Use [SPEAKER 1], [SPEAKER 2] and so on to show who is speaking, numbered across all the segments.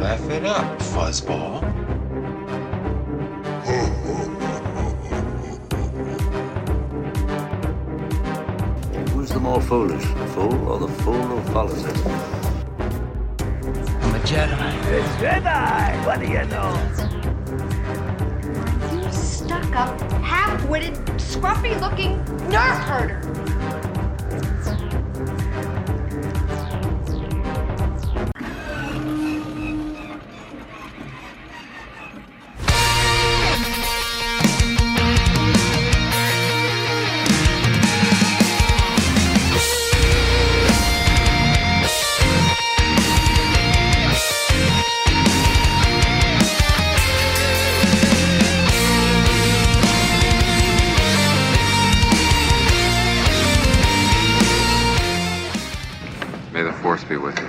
[SPEAKER 1] Laugh it up, fuzzball.
[SPEAKER 2] Who's the more foolish, the fool or the fool who follows him?
[SPEAKER 3] I'm a Jedi.
[SPEAKER 4] Goodbye. What do you know?
[SPEAKER 5] You stuck up, half witted, scruffy looking nerf herder.
[SPEAKER 6] May the force be with you.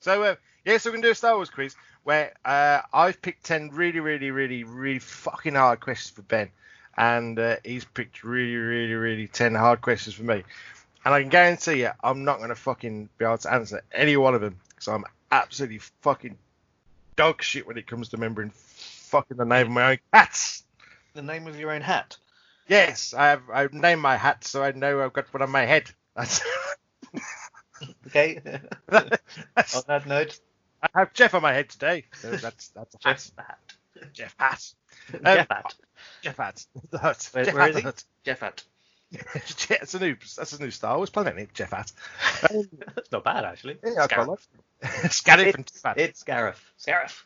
[SPEAKER 7] So uh, yeah, so we're gonna do a Star Wars quiz where uh, I've picked ten really, really, really, really fucking hard questions for Ben, and uh, he's picked really, really, really ten hard questions for me, and I can guarantee you I'm not gonna fucking be able to answer any one of them because I'm absolutely fucking dog shit when it comes to remembering fucking the name of my own cats.
[SPEAKER 8] The name of your own hat.
[SPEAKER 7] Yes, I have. I've named my hat so I know I've got one on my head. That's,
[SPEAKER 8] Okay.
[SPEAKER 7] that's
[SPEAKER 8] On that note,
[SPEAKER 7] I have Jeff on my head today. So that's that's a hat.
[SPEAKER 8] Jeff's the hat.
[SPEAKER 7] Jeff Hat. Um,
[SPEAKER 8] Jeff hat.
[SPEAKER 7] Jeff Hat. The Hut.
[SPEAKER 8] Where-
[SPEAKER 7] Jeff
[SPEAKER 8] where
[SPEAKER 7] Hat
[SPEAKER 8] is
[SPEAKER 7] the
[SPEAKER 8] he?
[SPEAKER 7] Hut.
[SPEAKER 8] Jeff hat.
[SPEAKER 7] Yeah, it's a new that's a new Star Wars planet, isn't it? Jeff Hat.
[SPEAKER 8] It's not bad actually.
[SPEAKER 7] Yeah, I quite
[SPEAKER 8] Scarif.
[SPEAKER 7] like it. Scarif and Jeff Hat.
[SPEAKER 8] It's Scarif. Scarif.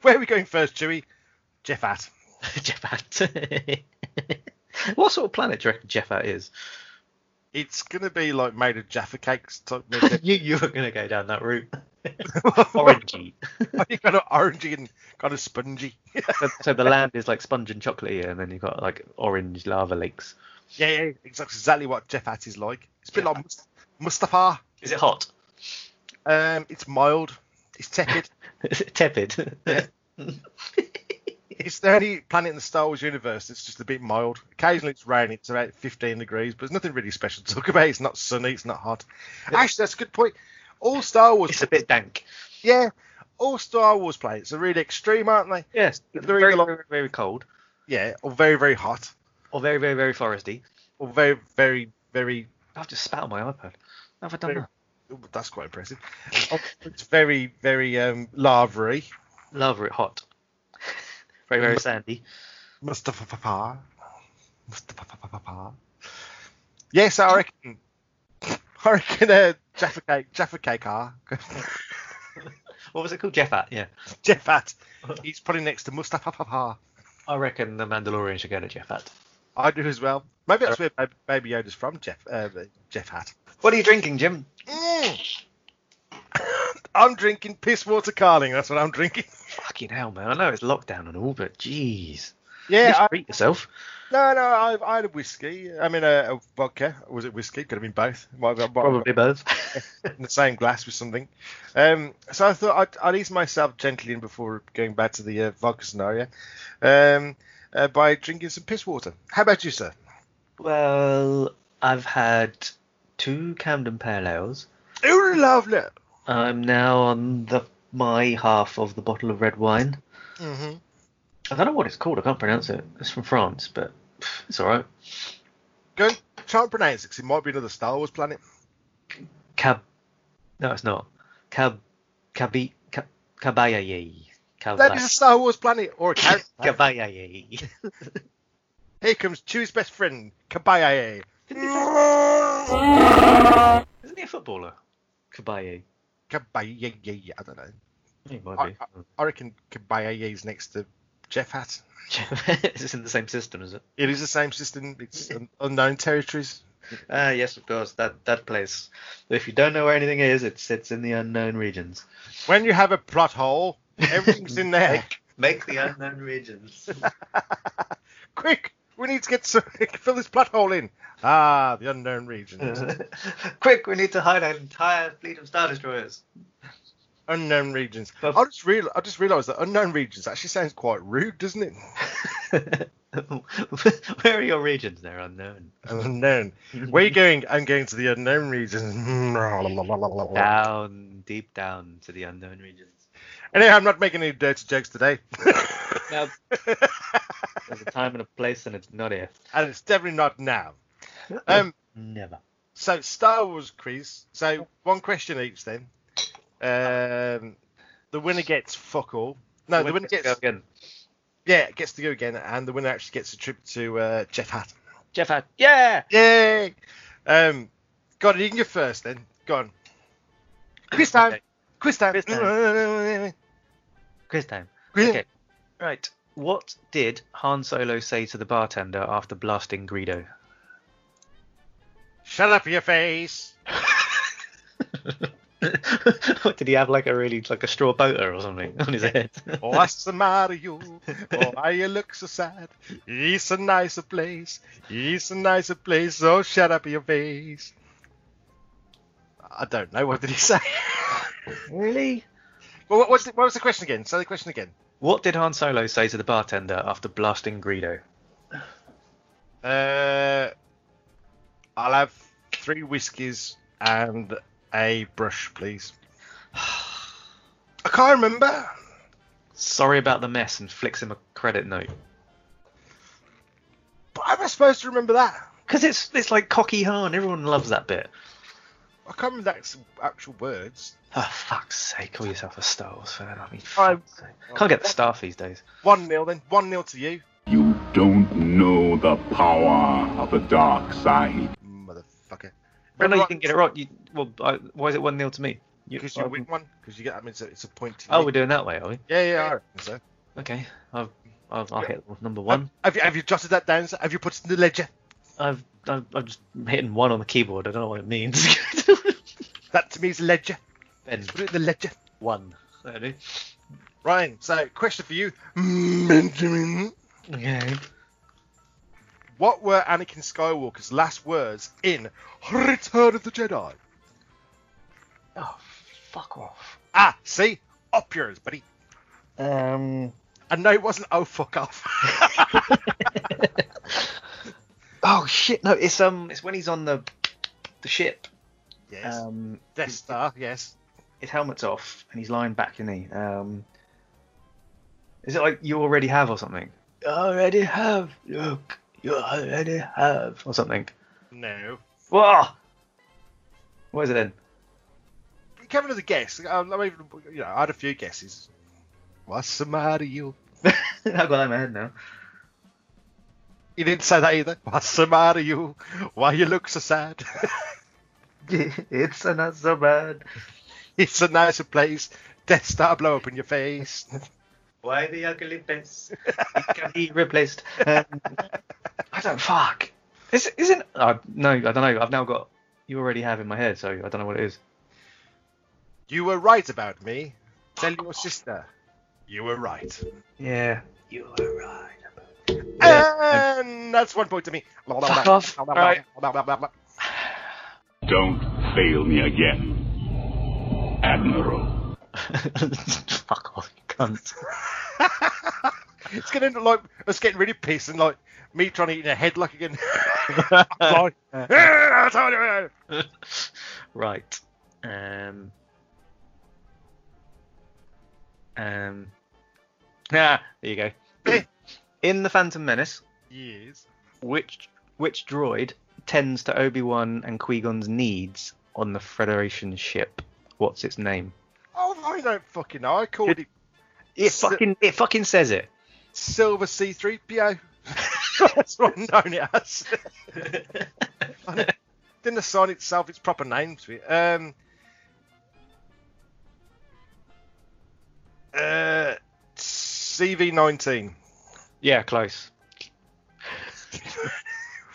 [SPEAKER 7] Where are we going first, Chewie? Jeff Hat.
[SPEAKER 8] Jeff hat. what sort of planet do you reckon Jeff hat is?
[SPEAKER 7] It's gonna be like made of Jaffa cakes type of
[SPEAKER 8] you you were gonna go down that route. Orangey.
[SPEAKER 7] kind of orangey and kind of spongy.
[SPEAKER 8] so, so the land is like sponge and chocolatey, and then you've got like orange lava lakes.
[SPEAKER 7] yeah, yeah, it's exactly what Jeff Hat is like. It's a bit
[SPEAKER 8] Jeff
[SPEAKER 7] like Mus- Mustafa.
[SPEAKER 8] Is it hot?
[SPEAKER 7] Um, it's mild. It's tepid.
[SPEAKER 8] Is it tepid?
[SPEAKER 7] It's the only planet in the Star Wars universe that's just a bit mild. Occasionally it's raining, it's about 15 degrees, but there's nothing really special to talk about. It's not sunny, it's not hot. Actually, that's a good point. All Star Wars,
[SPEAKER 8] it's a bit dank.
[SPEAKER 7] yeah, all Star Wars planets are really extreme, aren't they?
[SPEAKER 8] Yes,
[SPEAKER 7] Very,
[SPEAKER 8] very, very, very, cold,
[SPEAKER 7] Yeah, or very, very hot,
[SPEAKER 8] or very, very, very foresty.
[SPEAKER 7] or very, very, very.
[SPEAKER 8] I've just spat on my iPad. How Have I done
[SPEAKER 7] Very-
[SPEAKER 8] that?
[SPEAKER 7] oh, That's quite impressive. Or it's very, very um, lavary.
[SPEAKER 8] Lava it hot. Very, very sandy.
[SPEAKER 7] Mustafa Papa. Mustafa Papa. Yes, I reckon. I reckon uh, Jaffa Cake, Jaffa Cake, ah. are.
[SPEAKER 8] What was it called? Jeffat, yeah.
[SPEAKER 7] Jeff Hat. He's probably next to Mustafa Papa.
[SPEAKER 8] I reckon the Mandalorian should go to Jeffat.
[SPEAKER 7] I do as well. Maybe that's where Ba- Baby Yoda's from, Jeff. Uh, Jeff Hat.
[SPEAKER 8] What are you drinking, Jim?
[SPEAKER 7] Mm. I'm drinking piss water carling. That's what I'm drinking.
[SPEAKER 8] Fucking hell, man. I know it's lockdown and all, but jeez.
[SPEAKER 7] Yeah.
[SPEAKER 8] you
[SPEAKER 7] I,
[SPEAKER 8] treat yourself.
[SPEAKER 7] no, no. I, I had a whiskey. I mean, a, a vodka. Was it whiskey? Could have been both. Might have, might have
[SPEAKER 8] Probably both.
[SPEAKER 7] got in the same glass with something. Um, so I thought I'd, I'd ease myself gently in before going back to the uh, vodka scenario um, uh, by drinking some piss water. How about you, sir?
[SPEAKER 8] well, I've had two Camden Pale Ales.
[SPEAKER 7] Ooh, lovely.
[SPEAKER 8] I'm now on the my half of the bottle of red wine.
[SPEAKER 7] Mm-hmm.
[SPEAKER 8] I don't know what it's called. I can't pronounce it. It's from France, but pff, it's all right.
[SPEAKER 7] Go and try and pronounce it 'cause it might be another Star Wars planet.
[SPEAKER 8] Cab. No, it's not. Cab. Cabi. Cab, Cabayaye.
[SPEAKER 7] That is a Star Wars planet or a character.
[SPEAKER 8] Cabayaye.
[SPEAKER 7] Here comes Chewie's best friend, Kabayaye.
[SPEAKER 8] Isn't he a footballer? Cabaye.
[SPEAKER 7] Kabayaye, I don't know.
[SPEAKER 8] He might
[SPEAKER 7] I,
[SPEAKER 8] be.
[SPEAKER 7] I, I reckon Kabayaye's next to Jeff Hat.
[SPEAKER 8] it's in the same system, is it?
[SPEAKER 7] It is the same system, it's un- unknown territories.
[SPEAKER 8] Ah, yes, of course. That that place. If you don't know where anything is, it's it's in the unknown regions.
[SPEAKER 7] When you have a plot hole, everything's in there.
[SPEAKER 8] Make the unknown regions.
[SPEAKER 7] Quick, we need to get some, fill this plot hole in. Ah, the unknown regions.
[SPEAKER 8] Quick, we need to hide an entire fleet of star destroyers.
[SPEAKER 7] unknown regions. I
[SPEAKER 8] Well-
[SPEAKER 7] just real, I just realised that unknown regions actually sounds quite rude, doesn't it?
[SPEAKER 8] Where are your regions? They're unknown.
[SPEAKER 7] unknown. Where are you going? I'm going to the unknown regions.
[SPEAKER 8] Down going deep down to the unknown regions.
[SPEAKER 7] Anyway, I'm not making any dirty jokes today.
[SPEAKER 8] Now, there's a time and a place, and it's not here.
[SPEAKER 7] and it's definitely not now. Um,
[SPEAKER 8] Never.
[SPEAKER 7] so Star Wars quiz. So one question each then. Um, the winner gets fuck all. No, the winner gets
[SPEAKER 8] Let's go again.
[SPEAKER 7] yeah gets to go again, and the winner actually gets a trip to uh, Jeff Hat.
[SPEAKER 8] Jeff Hat. Yeah.
[SPEAKER 7] Yay! Um, God, you can go first then. Go on. Quiz time.
[SPEAKER 8] Okay.
[SPEAKER 7] Quiz time.
[SPEAKER 8] Quiz time. Quiz time.
[SPEAKER 7] Quiz-
[SPEAKER 8] Okay. Right. What did Han Solo say to the bartender after blasting Greedo?
[SPEAKER 7] Shut up your face.
[SPEAKER 8] did he have like a really like a straw boater or something on his head?
[SPEAKER 7] Oh, What's the matter, you? Oh, why you look so sad? It's a nicer place. It's a nicer place. So shut up your face. I don't know. What did he say?
[SPEAKER 8] really?
[SPEAKER 7] well, what, what's the, what was the question again? Say the question again.
[SPEAKER 8] What did Han Solo say to the bartender after blasting Greedo?
[SPEAKER 7] Uh, I'll have three whiskies and a brush, please. I can't remember.
[SPEAKER 8] Sorry about the mess and flicks him a credit note.
[SPEAKER 7] But how am I supposed to remember that?
[SPEAKER 8] Because it's it's like cocky Han. Everyone loves that bit.
[SPEAKER 7] I can't remember the actual- actual words.
[SPEAKER 8] Oh, fuck's sake. Call yourself a Star Wars fan. I mean,
[SPEAKER 7] I-
[SPEAKER 8] fuck's sake. can't get the staff these days.
[SPEAKER 7] One nil then. One nil to you.
[SPEAKER 3] You don't know the power of the dark side.
[SPEAKER 7] Motherfucker.
[SPEAKER 8] I know you can get it right. You, well, I, why is it 1 0 to me? You,
[SPEAKER 7] Because you
[SPEAKER 8] I-
[SPEAKER 7] win one, because you get. I mean, it's a, it's a point. To
[SPEAKER 8] Oh,
[SPEAKER 7] you.
[SPEAKER 8] we're doing that way, are we?
[SPEAKER 7] yeah, yeah. I reckon so.
[SPEAKER 8] Okay. I've, I've, I'll hit number one.
[SPEAKER 7] Have you have you jotted that down? sir? Have you put it in the ledger?
[SPEAKER 8] I've, I've, I've just hitting one on the keyboard. I don't know what it means.
[SPEAKER 7] That to me is ledger.
[SPEAKER 8] ben,
[SPEAKER 7] Put it in the ledger.
[SPEAKER 8] one. That'll do.
[SPEAKER 7] Ryan. So, question for you, Benjamin.
[SPEAKER 8] Okay.
[SPEAKER 7] What were Anakin Skywalker's last words in Return of the Jedi?
[SPEAKER 8] Oh, fuck off.
[SPEAKER 7] Ah, see, up yours, buddy.
[SPEAKER 8] Um.
[SPEAKER 7] And no, it wasn't. Oh, fuck off.
[SPEAKER 8] Oh shit! No, it's um, it's when he's on the the ship.
[SPEAKER 7] yes,
[SPEAKER 8] Um,
[SPEAKER 7] Death Star. Yes.
[SPEAKER 8] his helmet's off and he's lying back, isn't he? Um, is it like you already have or something? You already have, look. You already have or something.
[SPEAKER 7] No.
[SPEAKER 8] Whoa! What is it then?
[SPEAKER 7] You can have another guess. Um, I mean, you know, I had a few guesses. What's the matter, you?
[SPEAKER 8] I've got that in my head now.
[SPEAKER 7] You didn't say that either. What's the matter, you? Why you look so sad?
[SPEAKER 8] it's not so bad.
[SPEAKER 7] it's a nicer place. Death Star blow up in your face.
[SPEAKER 8] Why the ugly face? It can be replaced. Um, I don't fuck. Is isn't? Uh, no, I don't know. I've now got. You already have in my head, so I don't know what it is.
[SPEAKER 7] you were right about me. Tell your sister. You were right.
[SPEAKER 8] Yeah. You were right.
[SPEAKER 7] And that's one point to me.
[SPEAKER 8] Fuck off. Alright.
[SPEAKER 3] Don't fail me again, Admiral.
[SPEAKER 8] Fuck off, you cunt.
[SPEAKER 7] it's gonna end up like us getting really pissed and like me trying to eat in a headlock again. like, "Ah, I told you."
[SPEAKER 8] Right. Um. Um. Ah, there you go. In the Phantom Menace,
[SPEAKER 7] Yes.
[SPEAKER 8] which which droid tends to Obi Wan and Qui Gon's needs on the Federation ship? What's its name?
[SPEAKER 7] Oh, I don't fucking know. I called it
[SPEAKER 8] It
[SPEAKER 7] S-
[SPEAKER 8] fucking it fucking says it.
[SPEAKER 7] Silver C3PO. That's what I'm known it as. Didn't assign itself its proper name to it. Um, uh, CV19.
[SPEAKER 8] Yeah, close.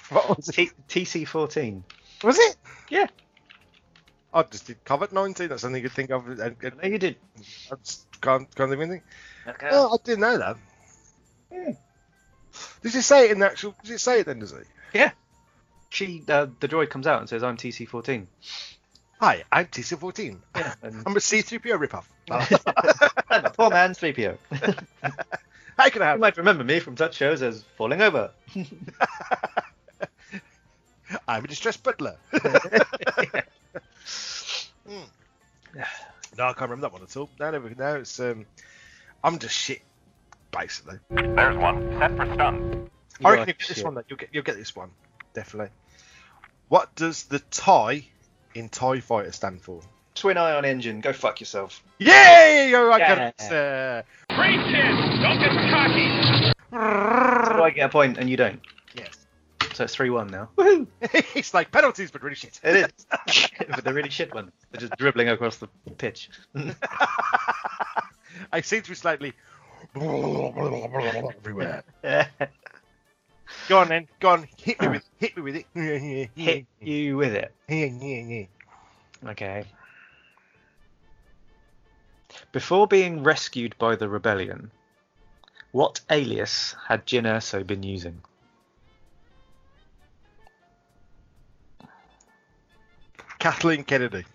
[SPEAKER 7] What was it?
[SPEAKER 8] T- TC fourteen.
[SPEAKER 7] Was it?
[SPEAKER 8] Yeah.
[SPEAKER 7] I just did Covet 19. That's something you could think of. I, I,
[SPEAKER 8] No, you did.
[SPEAKER 7] I uh, just can't, can't think of anything. Oh, I didn't know that. Does it say it in the actual? Does it say it then? Does it?
[SPEAKER 8] She uh, the droid comes out and says, "I'm TC fourteen.
[SPEAKER 7] Hi, I'm TC14.
[SPEAKER 8] Yeah. And
[SPEAKER 7] I'm a C3PO ripoff.
[SPEAKER 8] poor man, 3PO.
[SPEAKER 7] How can I
[SPEAKER 8] You
[SPEAKER 7] have?
[SPEAKER 8] might remember me from such shows as Falling Over.
[SPEAKER 7] Uh, I'm a distressed butler. Hmm. No, I can't remember that one at all. No, no, no it's um, I'm just shit, basically.
[SPEAKER 9] There's one set for stun.
[SPEAKER 7] I reckon
[SPEAKER 8] You
[SPEAKER 7] you'll
[SPEAKER 8] are
[SPEAKER 7] get this
[SPEAKER 8] shit.
[SPEAKER 7] one. Though. You'll get you'll get this one definitely. What does the tie in Tie Fighter stand for?
[SPEAKER 8] Twin ion engine. Go fuck yourself.
[SPEAKER 7] Yay! Oh, I got it. Uh,
[SPEAKER 9] Brace in! Don't get cocky!
[SPEAKER 8] So I get a point and you don't.
[SPEAKER 7] yes.
[SPEAKER 8] So it's three one now.
[SPEAKER 7] it's like penalties, but really shit.
[SPEAKER 8] It is. but the really shit one. They're just dribbling across the pitch.
[SPEAKER 7] I seem to be slightly everywhere.
[SPEAKER 8] Hit
[SPEAKER 7] Go on then. Go on. Hit me with. Hit me with it.
[SPEAKER 8] you with it.
[SPEAKER 7] Yeah, yeah, yeah.
[SPEAKER 8] Okay. Before being rescued by the rebellion, what alias had Jin Erso been using?
[SPEAKER 7] Kathleen Kennedy.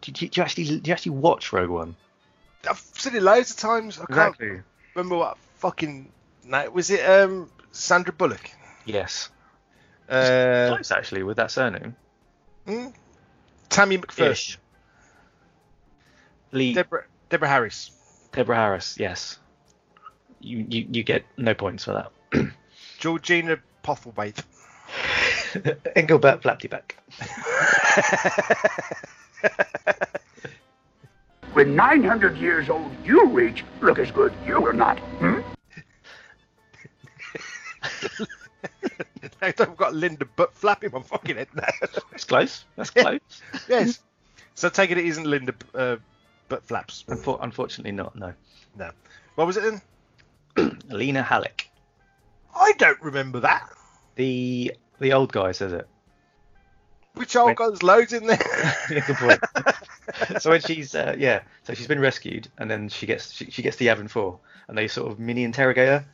[SPEAKER 8] Did you, did you actually did you actually watch Rogue One? Oh.
[SPEAKER 7] I've seen it loads of times. I can't remember what fucking night was it. Um, Sandra Bullock.
[SPEAKER 8] Yes.
[SPEAKER 7] Uh,
[SPEAKER 8] Close actually with that surname.
[SPEAKER 7] hmm? Tammy McPherson.
[SPEAKER 8] Ish. Lee
[SPEAKER 7] Deborah Deborah Harris.
[SPEAKER 8] Deborah Harris. Yes. You, you you get no points for that.
[SPEAKER 7] Georgina Pothlewaite.
[SPEAKER 8] Engelbert Flapdyback.
[SPEAKER 9] When 900 years old you reach, look as good you are not. Hmm?
[SPEAKER 7] I've got Linda butt flapping my fucking head now.
[SPEAKER 8] That's close. That's close.
[SPEAKER 7] yes. So take it it isn't Linda uh, butt flaps.
[SPEAKER 8] Unfor- unfortunately not. No.
[SPEAKER 7] No. What was it then?
[SPEAKER 8] Lena Halleck.
[SPEAKER 7] I don't remember that.
[SPEAKER 8] The the old guy says it.
[SPEAKER 7] Which old
[SPEAKER 8] Wait.
[SPEAKER 7] guy's loads in there?
[SPEAKER 8] Yeah, good point. so when she's uh, yeah, so she's been rescued, and then she gets she, she gets the Yavin Four, and they sort of mini interrogate her.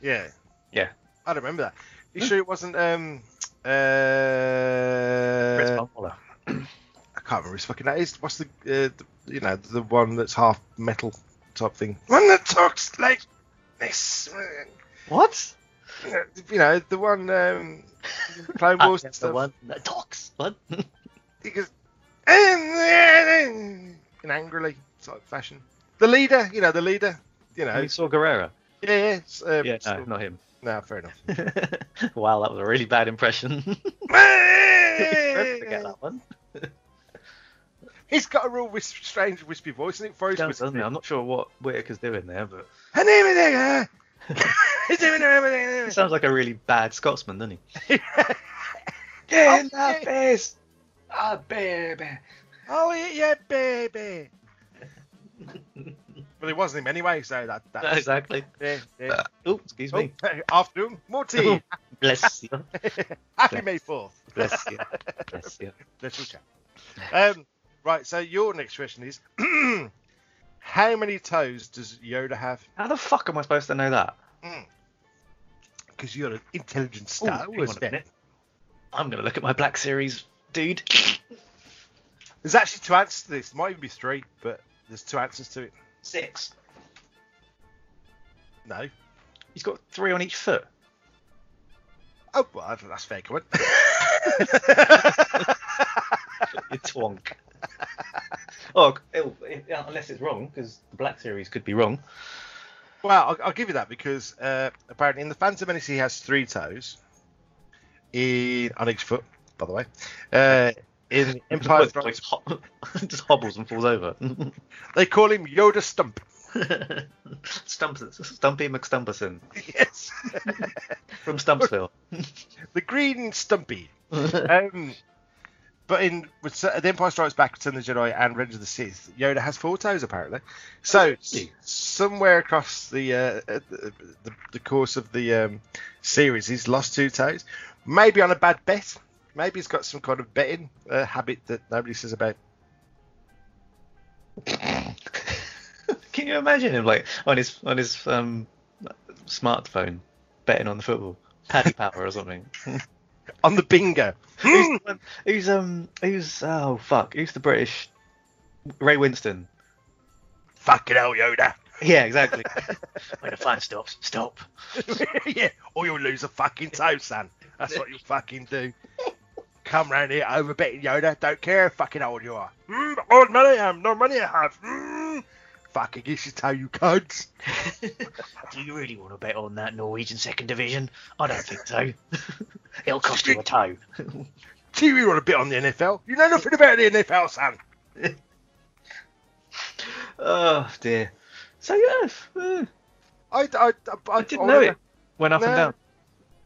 [SPEAKER 7] yeah.
[SPEAKER 8] Yeah.
[SPEAKER 7] I don't remember that. You sure it wasn't um uh
[SPEAKER 8] Fritz Waller.
[SPEAKER 7] I can't remember his fucking name. It's- What's the, uh, the you know the one that's half metal type thing? One that talks like this. uh,
[SPEAKER 8] What?
[SPEAKER 7] You know the one um, Clone Wars
[SPEAKER 8] That's the
[SPEAKER 7] stuff.
[SPEAKER 8] one that talks. What?
[SPEAKER 7] He goes, in angrily type fashion. The leader, you know, the leader, you know.
[SPEAKER 8] we saw Guerrera.
[SPEAKER 7] Yeah, yeah. it's, uh,
[SPEAKER 8] Yeah, no,
[SPEAKER 7] still-
[SPEAKER 8] not him.
[SPEAKER 7] no, fair enough.
[SPEAKER 8] wow, that was a really bad impression. Forget that one.
[SPEAKER 7] He's got a real whis- strange wispy voice, isn't it?
[SPEAKER 8] He
[SPEAKER 7] Forrest
[SPEAKER 8] does,
[SPEAKER 7] was.
[SPEAKER 8] doesn't he? I'm not sure what Whitaker's doing there, but he sounds like a really bad Scotsman, doesn't he?
[SPEAKER 7] Get in the
[SPEAKER 8] face, ah baby.
[SPEAKER 7] Oh yeah, baby. but it wasn't him anyway, so that that's
[SPEAKER 8] Exactly.
[SPEAKER 7] yeah, yeah.
[SPEAKER 8] Oh, excuse
[SPEAKER 7] Oh,
[SPEAKER 8] me.
[SPEAKER 7] afternoon, more
[SPEAKER 8] Oh,
[SPEAKER 7] tea.
[SPEAKER 8] Bless you.
[SPEAKER 7] Happy May Fourth.
[SPEAKER 8] Bless you. Bless you.
[SPEAKER 7] Little chat. Um, right. So your next question is, how many toes does Yoda have?
[SPEAKER 8] How the fuck am I supposed to know that?
[SPEAKER 7] Because you're an intelligent Star
[SPEAKER 8] hang
[SPEAKER 7] Wars
[SPEAKER 8] on a
[SPEAKER 7] fan.
[SPEAKER 8] minute. I'm gonna look at my Black Series, dude.
[SPEAKER 7] There's actually two answers to this. There might even be three, but there's two answers to it.
[SPEAKER 8] Six.
[SPEAKER 7] No.
[SPEAKER 8] He's got three on each foot.
[SPEAKER 7] Oh, well, I think that's a fair comment.
[SPEAKER 8] You twonk. oh, it'll, it, unless it's wrong, because the Black Series could be wrong.
[SPEAKER 7] well, I'll, I'll give you that because uh, apparently in the Phantom Menace he has three toes in on each foot, by the way. Uh, in Empire
[SPEAKER 8] Look,
[SPEAKER 7] Strikes,
[SPEAKER 8] just hob- just hobbles and falls over.
[SPEAKER 7] they call him Yoda Stump.
[SPEAKER 8] Stump, Stumpy McStumperson
[SPEAKER 7] Yes,
[SPEAKER 8] from Stumpsville.
[SPEAKER 7] the green Stumpy. um, but in with Se- The Empire Strikes Back, Return of the Jedi, and Revenge of the Sith, Yoda has four toes apparently. So s- somewhere across the, uh, uh, the the- the course of the um, series, he's lost two toes. Maybe on a bad bet. Maybe he's got some kind of betting uh, habit that nobody says about.
[SPEAKER 8] Can you imagine him like on his on his um, smartphone betting on the football, Paddy Power or something?
[SPEAKER 7] On the bingo.
[SPEAKER 8] who's, the one- who's um who's oh fuck who's the British Ray Winston?
[SPEAKER 7] Fucking hell, Yoda.
[SPEAKER 8] Yeah, exactly. when the fan stops, stop.
[SPEAKER 7] yeah, or you'll lose a fucking toe, son. That's what you'll fucking do. come round here overbetting Yoda. Don't care how fucking old you are. Mm, old money I am, no money I have. Mm. Fucking this is how you cunts.
[SPEAKER 10] Do you really want to bet on that Norwegian second division? I don't think so. It'll cost you a toe.
[SPEAKER 7] Do you want a bit on the NFL? You know nothing about the NFL, son.
[SPEAKER 8] Oh dear. So yeah, uh,
[SPEAKER 7] I, I, I,
[SPEAKER 8] I didn't know it went up
[SPEAKER 7] No.
[SPEAKER 8] and down.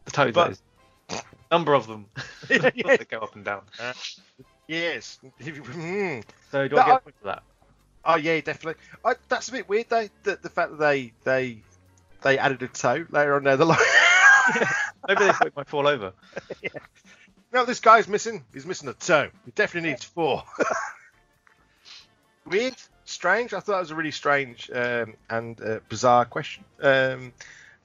[SPEAKER 8] The total
[SPEAKER 7] But-
[SPEAKER 8] that is. number of them.
[SPEAKER 7] Yeah, yeah.
[SPEAKER 8] they go up and down.
[SPEAKER 7] Yes. Mm.
[SPEAKER 8] So do
[SPEAKER 7] But
[SPEAKER 8] I get
[SPEAKER 7] I-
[SPEAKER 8] a point for that?
[SPEAKER 7] Oh yeah, definitely. I, that's a bit weird though. The, the fact that they they they added a toe later on down the line.
[SPEAKER 8] Maybe they might fall over.
[SPEAKER 7] no, this guy's missing. He's missing a toe. He definitely needs four. weird, strange. I thought that was a really strange um, and uh, bizarre question um,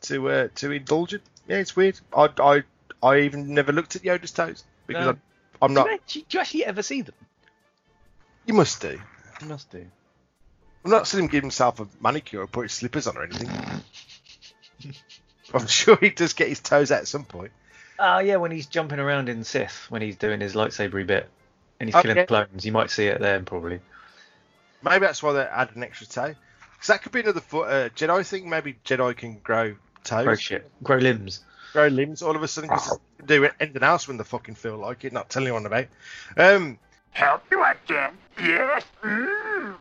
[SPEAKER 7] to uh, to indulge in. Yeah, it's weird. I I, I even never looked at Yoda's toes because
[SPEAKER 8] No.
[SPEAKER 7] I'm, I'm
[SPEAKER 8] Do,
[SPEAKER 7] not.
[SPEAKER 8] you actually, do you actually ever see them?
[SPEAKER 7] You must do.
[SPEAKER 8] You must do.
[SPEAKER 7] I'm not seeing him give himself a manicure or put his slippers on or anything. I'm sure he does get his toes out at some point.
[SPEAKER 8] Oh yeah, when he's jumping around in Sith, when he's doing his lightsabery bit, and he's killing
[SPEAKER 7] Okay.
[SPEAKER 8] the clones, you might see it then probably.
[SPEAKER 7] Maybe that's why they added an extra toe. Because that could be another fo- uh, Jedi thing. Maybe Jedi can grow toes,
[SPEAKER 8] Grow Oh, shit, grow limbs.
[SPEAKER 7] grow limbs all of a sudden. Because they can do anything else when they fucking feel like it. Not tell anyone about. Um,
[SPEAKER 9] Help you again? Yes? Mm.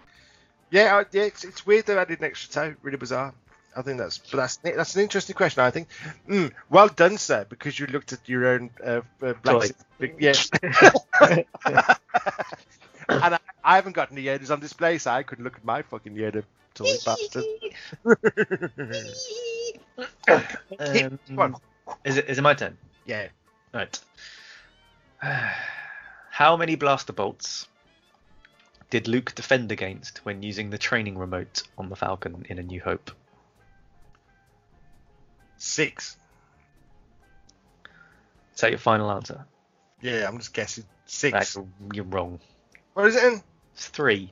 [SPEAKER 7] yeah, I, yeah. It's, it's weird they added an extra toe. Really bizarre. I think that's but that's that's an interesting question. I think. Mm, well done, sir, because you looked at your own uh, uh, black.
[SPEAKER 8] Toy.
[SPEAKER 7] Yes. and I, I haven't got any Yodas on display, so I couldn't look at my fucking Yoda toy bastard.
[SPEAKER 8] Um,
[SPEAKER 7] on.
[SPEAKER 8] is it is it my turn?
[SPEAKER 7] yeah.
[SPEAKER 8] Right. How many blaster bolts did Luke defend against when using the training remote on the Falcon in A New Hope?
[SPEAKER 7] Six.
[SPEAKER 8] Is that your final answer?
[SPEAKER 7] Yeah, I'm just guessing.
[SPEAKER 8] No,
[SPEAKER 7] Six.
[SPEAKER 8] you're, you're wrong.
[SPEAKER 7] What is it in?
[SPEAKER 8] It's three.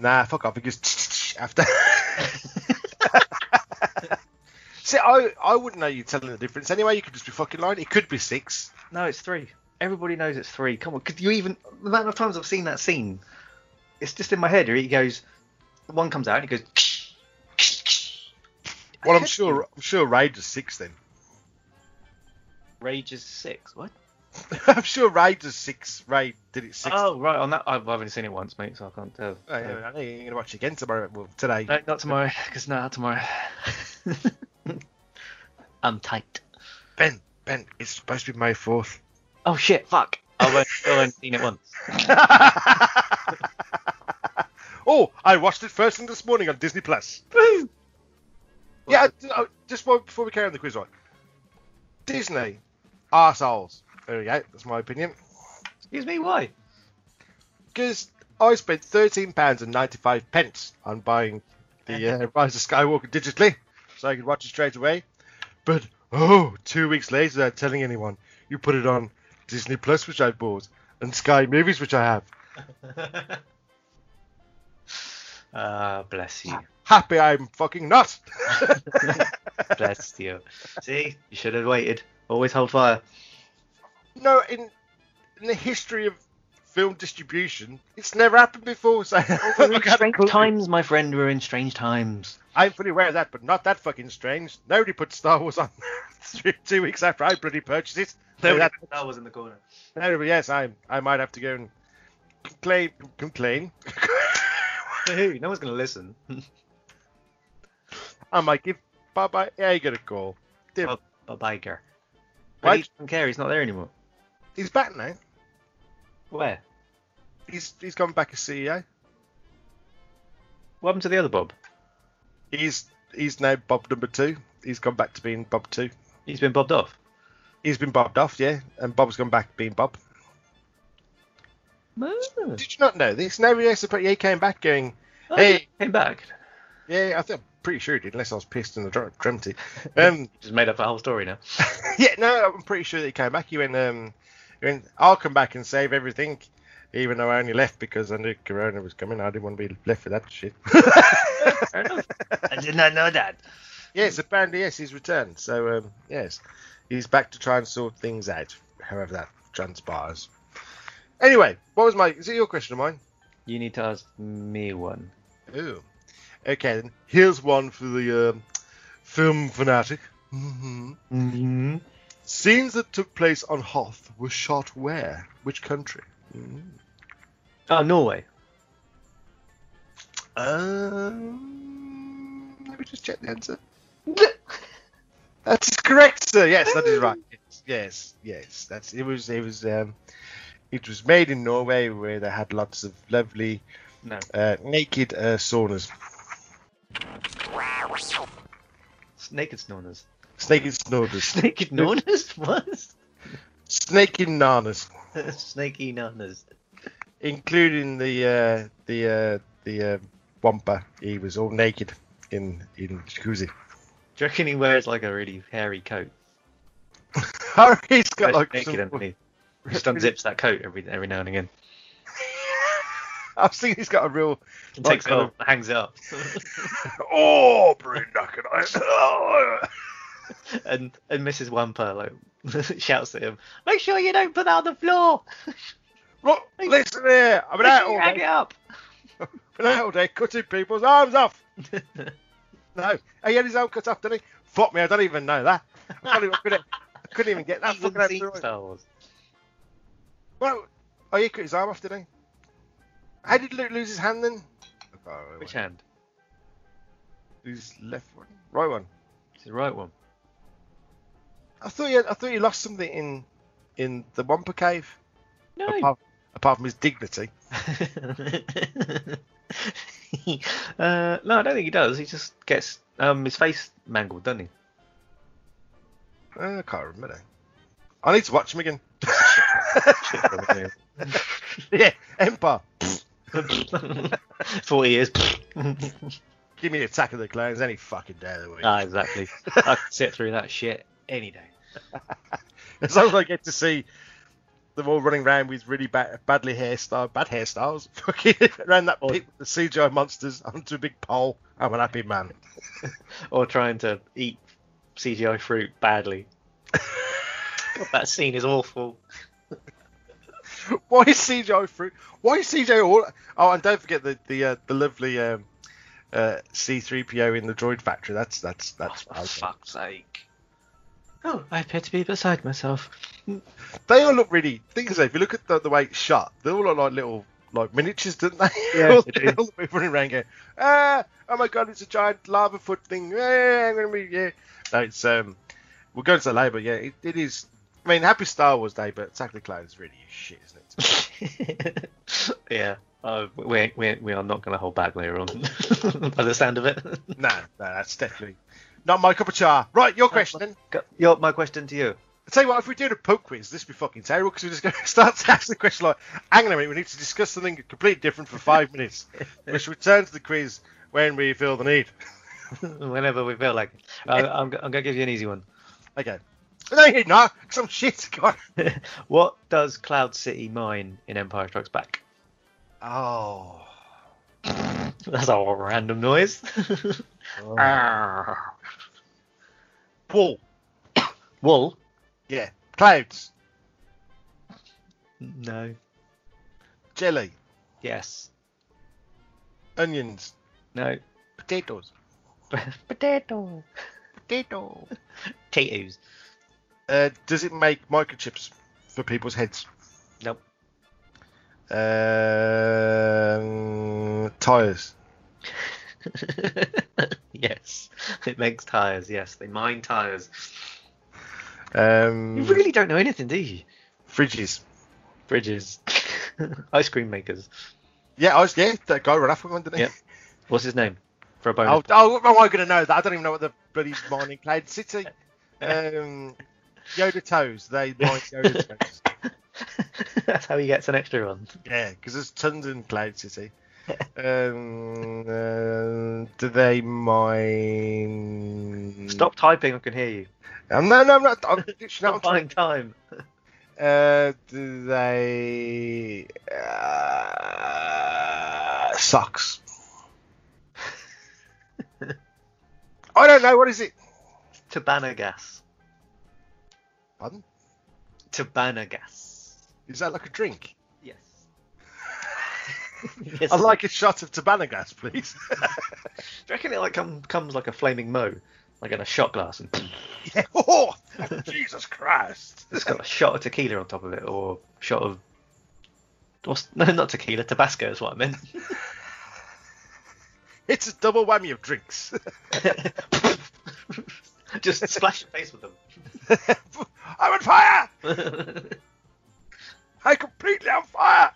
[SPEAKER 7] Nah, fuck off. It goes after. See, I, I wouldn't know you telling the difference anyway. You could just be fucking lying. It could be six.
[SPEAKER 8] No, it's three. Everybody knows it's three. Come on, could you even the amount of times I've seen that scene? It's just in my head. He goes, one comes out and he goes.
[SPEAKER 7] Well, I'm sure I'm sure Raid is six then.
[SPEAKER 8] Rage is six. What?
[SPEAKER 7] I'm sure Raid is six. Raid did it six.
[SPEAKER 8] Oh right, on that I've, I've only seen it once, mate, so I can't tell.
[SPEAKER 7] Oh, yeah, I know you're gonna watch it again tomorrow. Well, today.
[SPEAKER 8] No, not tomorrow, because no, not tomorrow. I'm tight.
[SPEAKER 7] Ben, Ben, it's supposed to be May fourth.
[SPEAKER 8] Oh shit, fuck. I went, I only seen it once.
[SPEAKER 7] oh, I watched it first thing this morning on Disney Plus. yeah, I- I- just one- before we carry on the quiz, right? Disney, arseholes. There we go. That's my opinion.
[SPEAKER 8] Excuse me, why?
[SPEAKER 7] Because I spent thirteen pounds and ninety-five pence on buying the uh, Rise of Skywalker digitally, so I could watch it straight away. But oh, two weeks later, without telling anyone, you put it on Disney Plus, which I bought, and Sky Movies, which I have.
[SPEAKER 8] Ah, bless you,
[SPEAKER 7] Happy I'm fucking not.
[SPEAKER 8] bless you. See, you should have waited. Always hold fire.
[SPEAKER 7] no, in in the history of film distribution, it's never happened before. So
[SPEAKER 8] We're in
[SPEAKER 7] I
[SPEAKER 8] strange times, my friend. We're in strange times.
[SPEAKER 7] I'm fully aware of that, but not that fucking strange. Nobody put Star Wars on three, two weeks after I bloody purchased it. So that,
[SPEAKER 8] that was in the corner.
[SPEAKER 7] no, but yes, I I might have to go and complain complain.
[SPEAKER 8] Woohoo! No one's gonna listen.
[SPEAKER 7] I might give Baba yeah, you get a call. Dim.
[SPEAKER 8] Bob, Bob Iger.
[SPEAKER 7] Why-
[SPEAKER 8] Why? Don't care. He's not there anymore.
[SPEAKER 7] He's back now.
[SPEAKER 8] Where?
[SPEAKER 7] He's he's gone back as E CEO.
[SPEAKER 8] What happened to the other Bob?
[SPEAKER 7] He's he's now Bob number two. He's gone back to being Bob two.
[SPEAKER 8] He's been bobbed off.
[SPEAKER 7] He's been bobbed off, yeah, and Bob's gone back being Bob.
[SPEAKER 8] Oh,
[SPEAKER 7] Did you not know this? No, yes, but he came back going,
[SPEAKER 8] Hey, came back.
[SPEAKER 7] yeah, I think I'm pretty sure he did, unless I was pissed and I dr- dreamt it. Um,
[SPEAKER 8] Just made up a whole story now.
[SPEAKER 7] yeah, no, I'm pretty sure that he came back. He went, um, he went, I'll come back and save everything, even though I only left because I knew Corona was coming. I didn't want to be left with that shit.
[SPEAKER 8] I did not know that.
[SPEAKER 7] Yes, apparently, yes, he's returned. So, um, yes, he's back to try and sort things out, however that transpires. Anyway, what was my. Is it your question or mine?
[SPEAKER 8] You need to ask me one.
[SPEAKER 7] Ooh. Okay, then. Here's one for the um, film fanatic. hmm
[SPEAKER 8] Mm-hmm.
[SPEAKER 7] Scenes that took place on Hoth were shot where? Which country? Mm.
[SPEAKER 8] Oh, Norway.
[SPEAKER 7] Um, let me just check the answer. That's correct, sir. Yes, that is right. Yes, yes, yes. That's it. Was it was um, it was made in Norway where they had lots of lovely
[SPEAKER 8] No.
[SPEAKER 7] uh, naked uh, saunas,
[SPEAKER 8] Naked snorners.
[SPEAKER 7] naked snorters,
[SPEAKER 8] Naked snorners? What?
[SPEAKER 7] naked nanas,
[SPEAKER 8] Snaky nanas.
[SPEAKER 7] including the uh, the uh, the uh, Wampa. He was all naked in in jacuzzi.
[SPEAKER 8] Do you reckon he wears like a really hairy coat?
[SPEAKER 7] Oh, He's got
[SPEAKER 8] Wears
[SPEAKER 7] like
[SPEAKER 8] naked
[SPEAKER 7] some-
[SPEAKER 8] underneath. Just unzips that coat every every now and again.
[SPEAKER 7] I've seen he's got a real
[SPEAKER 8] And
[SPEAKER 7] Like uh,
[SPEAKER 8] takes it off, hangs it up.
[SPEAKER 7] oh, Bruna, can I? Oh.
[SPEAKER 8] and and Mrs. Wampa like shouts at him, Make sure you don't put that on the floor.
[SPEAKER 7] Look, listen here. I've been
[SPEAKER 8] Make
[SPEAKER 7] out
[SPEAKER 8] sure you
[SPEAKER 7] all
[SPEAKER 8] hang it
[SPEAKER 7] day.
[SPEAKER 8] up.
[SPEAKER 7] Been out all day cutting people's arms off. no, he had his own cut off, didn't he? Fuck me, I don't even know that. I can't even- I couldn't, I couldn't even get that
[SPEAKER 8] Even
[SPEAKER 7] fucking
[SPEAKER 8] seen
[SPEAKER 7] answer right.
[SPEAKER 8] Star Wars.
[SPEAKER 7] Well, oh, he cut his arm off, did he? How did Luke lose his hand then? I can't remember.
[SPEAKER 8] Which hand?
[SPEAKER 7] His left one, right one.
[SPEAKER 8] It's the right one.
[SPEAKER 7] I thought he had, I thought he lost something in in the Wampa cave.
[SPEAKER 8] No.
[SPEAKER 7] Apart, apart from his dignity.
[SPEAKER 8] uh, no, I don't think he does. He just gets um, his face mangled, doesn't he?
[SPEAKER 7] Uh, I can't remember. I need to watch him again. yeah, Empire.
[SPEAKER 8] Forty years.
[SPEAKER 7] Give me Attack of the Clowns any fucking day of the week.
[SPEAKER 8] ah, exactly. I could sit through that shit any day.
[SPEAKER 7] As long as I get to see them all running around with really bad, badly hairstyle, bad hairstyles, fucking around that pit with the CGI monsters onto a big pole, I'm an happy man.
[SPEAKER 8] Or trying to eat CGI fruit badly. God, that scene is awful.
[SPEAKER 7] Why is CGI fruit? Why is CGI all? Oh, and don't forget the the uh, the lovely um, uh, C3PO in the droid factory. That's that's that's.
[SPEAKER 10] For fuck's sake.
[SPEAKER 8] Oh, I appear to be beside myself.
[SPEAKER 7] They all look really. Think of it, if you look at the, the way it's shot, they all look like little like miniatures, don't they?
[SPEAKER 8] Yeah,
[SPEAKER 7] all,
[SPEAKER 8] they do.
[SPEAKER 7] all the people running around going, ah, oh my god, it's a giant lava foot thing. Yeah, I'm gonna be yeah. No, it's um, we'll go into that later. But yeah, it, it is. I mean, happy Star Wars Day, but Attack of the Clones really is shit, isn't it?
[SPEAKER 8] yeah, uh, we, we, we are not going to hold back later on, by the sound of it.
[SPEAKER 7] no, no, that's definitely not my cup of char. Right, your question. then.
[SPEAKER 8] Go- Your, my question to you.
[SPEAKER 7] I tell you what, if we did a poke quiz, this would be fucking terrible because we're just going to start to ask the question like, hang on a minute, we need to discuss something completely different for five minutes. we should return to the quiz when we feel the need.
[SPEAKER 8] Whenever we feel like it. I, I'm, go- I'm going to give you an easy one.
[SPEAKER 7] Okay. No, you not. Some shit. God.
[SPEAKER 8] What does Cloud City mine in Empire Strikes Back?
[SPEAKER 7] Oh.
[SPEAKER 8] That's a random noise. Oh.
[SPEAKER 10] Ah,
[SPEAKER 8] Arr.
[SPEAKER 7] Wall.
[SPEAKER 8] Wool?
[SPEAKER 7] Yeah. Clouds.
[SPEAKER 8] No.
[SPEAKER 7] Jelly.
[SPEAKER 8] Yes.
[SPEAKER 7] Onions.
[SPEAKER 8] No.
[SPEAKER 7] Potatoes.
[SPEAKER 8] Potato.
[SPEAKER 7] Potato.
[SPEAKER 8] Potatoes.
[SPEAKER 7] Uh, does it make microchips for people's heads?
[SPEAKER 8] Nope.
[SPEAKER 7] Um, tires.
[SPEAKER 8] yes. It makes tires. Yes, they mine tires. You
[SPEAKER 7] Um,
[SPEAKER 8] really don't know anything, do you?
[SPEAKER 7] Fridges.
[SPEAKER 8] Bridges. Ice cream makers.
[SPEAKER 7] Yeah, I was, yeah, that guy ran off with one, didn't he?
[SPEAKER 8] Yep. What's his name? For a
[SPEAKER 7] Oh,
[SPEAKER 8] bonus.
[SPEAKER 7] oh, am I going to know that? I don't even know what the bloody mine in Cloud City. Um, Yoda toes. They mine Yoda toes.
[SPEAKER 8] That's how he gets an extra one.
[SPEAKER 7] Yeah, because there's tons in Cloud City. Um, uh, do they mine?
[SPEAKER 8] Stop typing, I can hear you.
[SPEAKER 7] Um, no, no, I'm not. I'm, it's
[SPEAKER 8] Stop
[SPEAKER 7] not
[SPEAKER 8] buying time.
[SPEAKER 7] uh, do they uh, socks? I don't know. What is it?
[SPEAKER 8] Tabanagas.
[SPEAKER 7] Pardon?
[SPEAKER 8] Tabanagas.
[SPEAKER 7] Is that like a drink?
[SPEAKER 8] Yes.
[SPEAKER 7] I'd like a shot of Tabanagas, please.
[SPEAKER 8] Do you reckon it like come, comes like a flaming mo, like in a shot glass, and
[SPEAKER 7] yeah. Oh, Jesus Christ.
[SPEAKER 8] it's got a shot of tequila on top of it, or shot of what's no, not tequila, Tabasco is what I meant.
[SPEAKER 7] It's a double whammy of drinks.
[SPEAKER 8] Just splash your face with
[SPEAKER 7] I'm on fire!
[SPEAKER 8] them.
[SPEAKER 7] I'm completely on fire!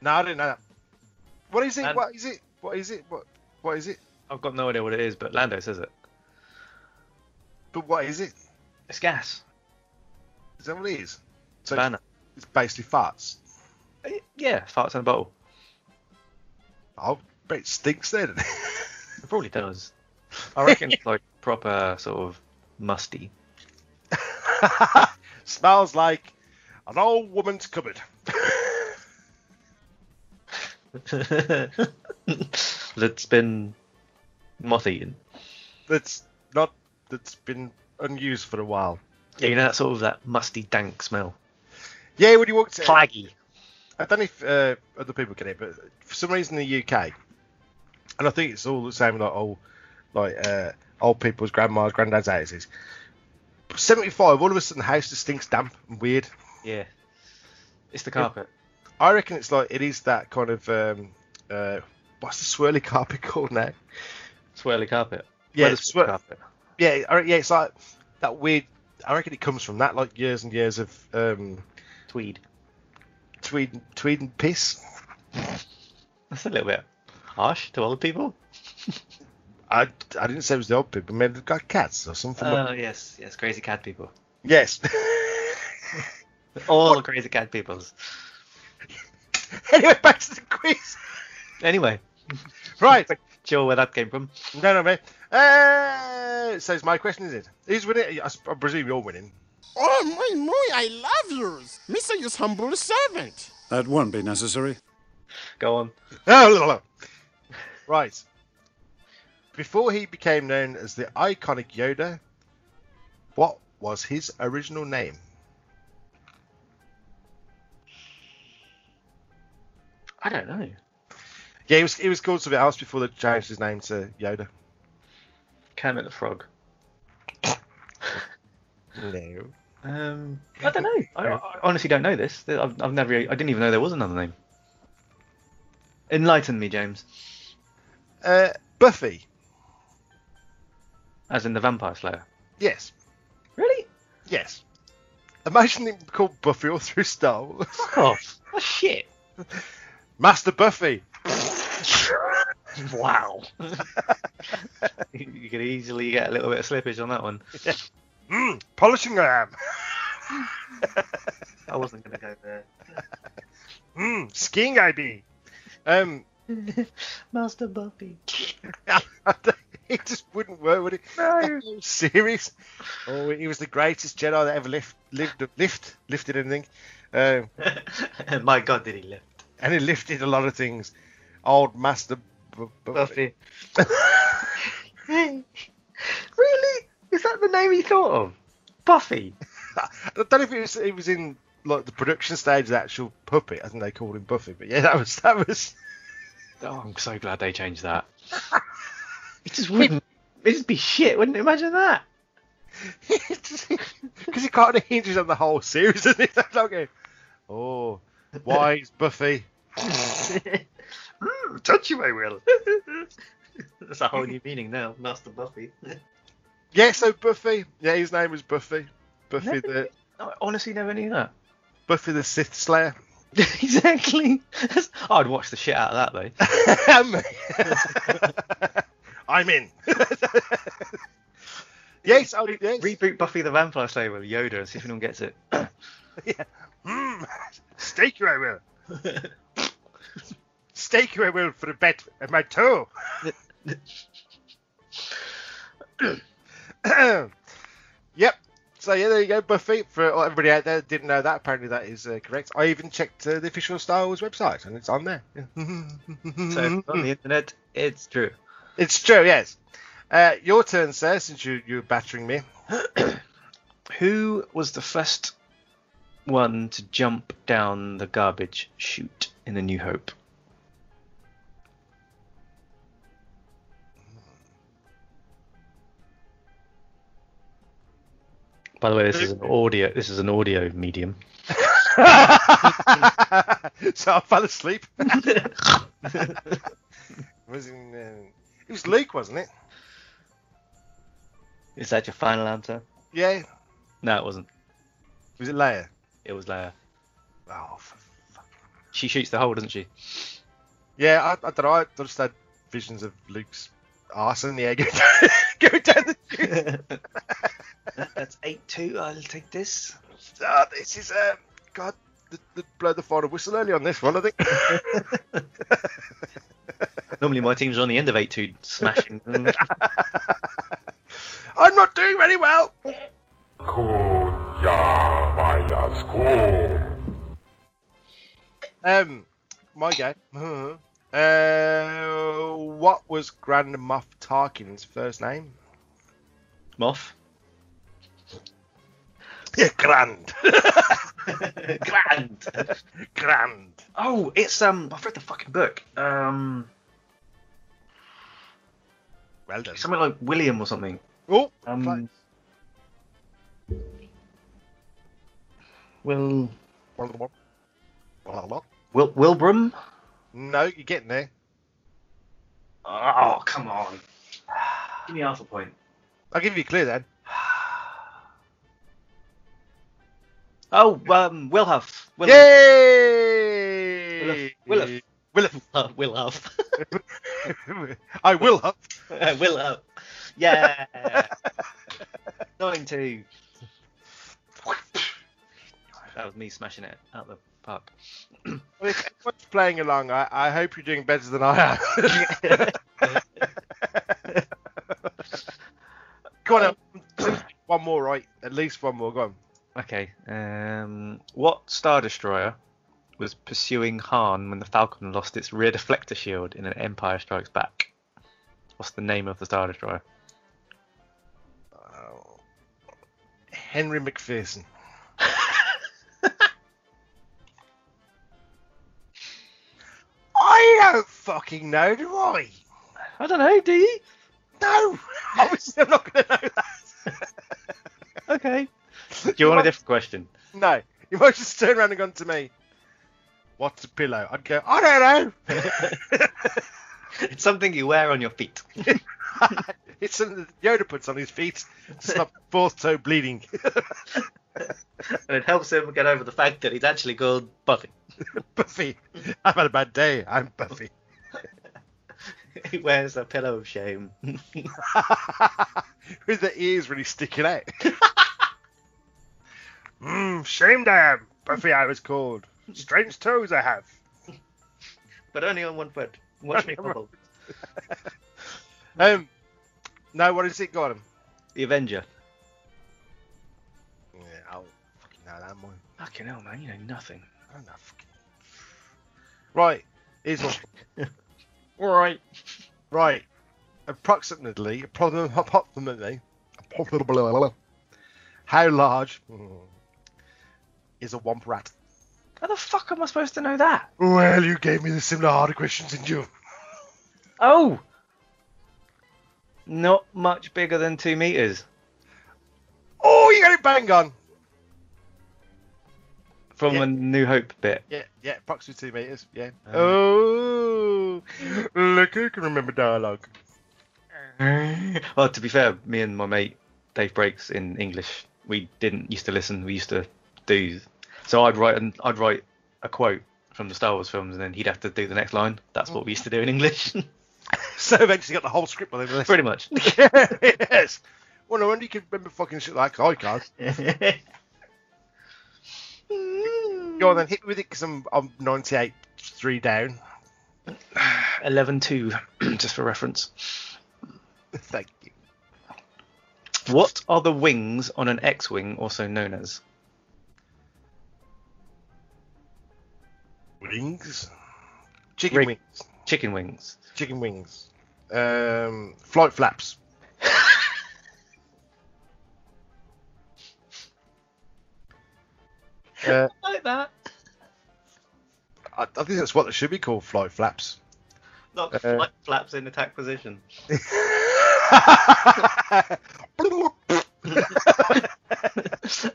[SPEAKER 7] No, I didn't know that. What is it?
[SPEAKER 8] And-
[SPEAKER 7] what is it? What is it? What? What is it?
[SPEAKER 8] I've got no idea what it is, but Lando says it.
[SPEAKER 7] But what is it?
[SPEAKER 8] It's gas.
[SPEAKER 7] Is that what it is? So
[SPEAKER 8] Tabana.
[SPEAKER 7] it's basically farts.
[SPEAKER 8] Eh, Yeah, farts in a bottle.
[SPEAKER 7] I'll bet it stinks then.
[SPEAKER 8] It probably does. I reckon it's like proper sort of musty.
[SPEAKER 7] Smells like an old woman's cupboard.
[SPEAKER 8] that's been moth eaten.
[SPEAKER 7] that's not. That's been unused for a while.
[SPEAKER 8] Yeah, you know that sort of that musty dank smell.
[SPEAKER 7] Yeah, when you walked.
[SPEAKER 10] Flaggy.
[SPEAKER 7] I don't know if uh, other people get it, but for some reason in the UK, and I think it's all the same, like old, like uh, old people's grandmas, granddad's houses. Seventy-five. All of a sudden, the house just stinks damp and weird.
[SPEAKER 8] Yeah. It's the carpet.
[SPEAKER 7] I reckon it's like it is that kind of um, uh, what's the swirly carpet called now?
[SPEAKER 8] Swirly carpet.
[SPEAKER 7] Yeah,
[SPEAKER 8] Weatherspoon
[SPEAKER 7] swir-
[SPEAKER 8] carpet.
[SPEAKER 7] yeah, I re- yeah. It's like that weird. I reckon it comes from that, like years and years of um,
[SPEAKER 8] Tweed.
[SPEAKER 7] tweed, tweed and piss.
[SPEAKER 8] That's a little bit harsh to old people.
[SPEAKER 7] I, I didn't say it was the old people. Maybe they've got cats or something. like-
[SPEAKER 8] Oh, yes, yes, crazy cat people.
[SPEAKER 7] yes.
[SPEAKER 8] All the crazy cat peoples.
[SPEAKER 7] anyway, back to the quiz.
[SPEAKER 8] Anyway,
[SPEAKER 7] Right.
[SPEAKER 8] sure where that came from.
[SPEAKER 7] No, no, mate. Uh, so it's my question, is it? Who's winning? I, s- I presume you're winning.
[SPEAKER 11] Oh, my, my, I love yours. Mr. Your humble servant.
[SPEAKER 12] That won't be necessary.
[SPEAKER 8] Go on.
[SPEAKER 7] Oh, la, la, la. right. Before he became known as the iconic Yoda, what was his original name?
[SPEAKER 8] I don't know.
[SPEAKER 7] Yeah, he was he was called something else before they changed his name to Yoda.
[SPEAKER 8] Kermit the Frog.
[SPEAKER 7] No.
[SPEAKER 8] Um, I don't know. I, I honestly don't know this. I've, I've never. I didn't even know there was another name. Enlighten me, James.
[SPEAKER 7] Uh, Buffy.
[SPEAKER 8] As in the Vampire Slayer.
[SPEAKER 7] Yes.
[SPEAKER 8] Really?
[SPEAKER 7] Yes. Imagine him called Buffy all through Star Wars.
[SPEAKER 8] Oh, oh shit!
[SPEAKER 7] Master Buffy.
[SPEAKER 8] Wow. you could easily get a little bit of slippage on that one.
[SPEAKER 7] Mm, polishing lamb.
[SPEAKER 8] I wasn't gonna go there.
[SPEAKER 7] Mm, skiing I be. Um,
[SPEAKER 8] Master Buffy.
[SPEAKER 7] it just wouldn't work, would it? No. Serious. Oh, he was the greatest Jedi that ever lived, lived, lift, lifted anything. Um,
[SPEAKER 8] My God, did he live?
[SPEAKER 7] and he lifted a lot of things. Old Master Bu- Bu-
[SPEAKER 8] Buffy. really? Is that the name he thought of? Buffy.
[SPEAKER 7] I don't know if it was it was in like the production stage of the actual puppet. I think they called him Buffy, but yeah, that was that was
[SPEAKER 8] Oh, I'm so glad they changed that. it just wouldn't. It'd just be shit, wouldn't it? Imagine that.
[SPEAKER 7] because it kind of hinges on the whole series, doesn't it? That's okay. Oh, wise Buffy.
[SPEAKER 8] mm, touch you, I will. That's a whole new meaning now, Master Buffy.
[SPEAKER 7] Yeah, so Buffy. Yeah, his name was Buffy. Buffy the
[SPEAKER 8] I honestly never knew that.
[SPEAKER 7] Buffy the Sith Slayer.
[SPEAKER 8] exactly. That's- I'd watch the shit out of that though.
[SPEAKER 7] I'm in. yes, oh, yes.
[SPEAKER 8] Reboot Buffy the Vampire Slayer with Yoda and see if anyone gets it.
[SPEAKER 7] Mm, stake you I will. Stake you I will for a bet at my toe. yep. So yeah, there you go, Buffy. For oh, everybody out there that didn't know that, apparently that is uh, correct. I even checked uh, the official Star Wars website, and it's on there. Yeah.
[SPEAKER 8] so on the internet, it's true.
[SPEAKER 7] It's true, yes. Uh, your turn, sir, since you, you're battering me.
[SPEAKER 8] Who was the first one to jump down the garbage chute in A New Hope? By the way, this is an audio. This is an audio medium.
[SPEAKER 7] so I fell asleep. was in, uh, it was Luke, wasn't it?
[SPEAKER 8] Is that your final answer?
[SPEAKER 7] Yeah.
[SPEAKER 8] No, it wasn't.
[SPEAKER 7] Was it Leia?
[SPEAKER 8] It was Leia.
[SPEAKER 7] Oh, for
[SPEAKER 8] She shoots the hole, doesn't she?
[SPEAKER 7] Yeah, I, I don't know. I just had visions of Luke's arse in the air. Go down, go down the chute.
[SPEAKER 10] That's eight two. I'll take this.
[SPEAKER 7] Ah, this is um, God. The, the blow the final whistle early on this one, I think.
[SPEAKER 8] Normally, my team's on the end of eight two smashing.
[SPEAKER 7] I'm not doing very well. Um, my guy. Uh, what was Grand Moff Tarkin's first name?
[SPEAKER 8] Moth.
[SPEAKER 7] Yeah, Grand.
[SPEAKER 10] Grand.
[SPEAKER 7] Grand.
[SPEAKER 10] Oh, it's um. I've read the fucking book. Um,
[SPEAKER 7] Well done.
[SPEAKER 8] Something like William or something.
[SPEAKER 7] Oh,
[SPEAKER 8] Um, Will Will Wilbram?
[SPEAKER 7] no, you're getting there.
[SPEAKER 10] oh, come on. Give me half a point.
[SPEAKER 7] I'll give you a clue then.
[SPEAKER 8] Oh, um, Wilhuff. Will
[SPEAKER 7] Yay!
[SPEAKER 8] Willif.
[SPEAKER 7] Willif.
[SPEAKER 8] Uh, Wilhuff.
[SPEAKER 7] I will up.
[SPEAKER 8] Wilhuff. Yeah. Nine two. That was me smashing it out the park.
[SPEAKER 7] Well, If anyone's playing along, I, I hope you're doing better than I am. Go
[SPEAKER 8] Um,
[SPEAKER 7] on, Al. one more, right? At least one more. Go on.
[SPEAKER 8] Okay. Um, what star destroyer was pursuing Han when the Falcon lost its rear deflector shield in an Empire Strikes Back? What's the name of the star destroyer?
[SPEAKER 7] Oh. Henry McPherson. I don't fucking know, do I?
[SPEAKER 8] I don't know. Do you?
[SPEAKER 7] No, obviously I'm not going to know that.
[SPEAKER 8] Okay. Do you want a different question?
[SPEAKER 7] No, you might just turn around and gone to me. What's a pillow? I'd go, I don't know.
[SPEAKER 8] It's something you wear on your feet.
[SPEAKER 7] it's something that Yoda puts on his feet to stop fourth toe bleeding.
[SPEAKER 8] and it helps him get over the fact that he's actually called Buffy.
[SPEAKER 7] Buffy, I've had a bad day. I'm Buffy.
[SPEAKER 8] He wears a pillow of shame.
[SPEAKER 7] With the ears really sticking out. Mmm, shamed I am. Buffy, I was called. Strange toes I have.
[SPEAKER 8] but only on one foot. Watch me hobble.
[SPEAKER 7] Um, no, what is it, Gordon?
[SPEAKER 8] The Avenger.
[SPEAKER 7] Yeah, I'll fucking know that one.
[SPEAKER 8] Fucking hell, man. You know nothing.
[SPEAKER 7] I don't know. Fucking... Right, here's one.
[SPEAKER 8] All right.
[SPEAKER 7] Right. Approximately, approximately, approximately, approximately how large is a womp rat?
[SPEAKER 8] How the fuck am I supposed to know that?
[SPEAKER 7] Well, you gave me the similar harder questions, didn't you?
[SPEAKER 8] Oh! Not much bigger than two meters.
[SPEAKER 7] Oh, you got it bang on.
[SPEAKER 8] From
[SPEAKER 7] Yeah.
[SPEAKER 8] a New Hope bit.
[SPEAKER 7] Yeah, yeah, approximately two meters. Yeah.
[SPEAKER 8] Um.
[SPEAKER 7] Oh, look who can remember dialogue.
[SPEAKER 8] well, to be fair, me and my mate Dave Breaks in English, we didn't used to listen. We used to do. So I'd write an, I'd write a quote from the Star Wars films, and then he'd have to do the next line. That's what we used to do in English,
[SPEAKER 7] So eventually got the whole script on him.
[SPEAKER 8] pretty much.
[SPEAKER 7] yes. Well, no wonder you can remember fucking shit like I can't. Go on then, hit me with it because I'm, I'm 98, three down.
[SPEAKER 8] Eleven two, just for reference.
[SPEAKER 7] Thank you.
[SPEAKER 8] What are the wings on an X-wing, also known as?
[SPEAKER 7] Wings? Chicken
[SPEAKER 8] Ring.
[SPEAKER 7] wings.
[SPEAKER 8] Chicken wings.
[SPEAKER 7] Chicken wings. um, flight flaps. uh,
[SPEAKER 13] like that.
[SPEAKER 7] I, I think that's what they should be called, flight flaps.
[SPEAKER 10] Not
[SPEAKER 7] Uh,
[SPEAKER 10] flight flaps in attack position.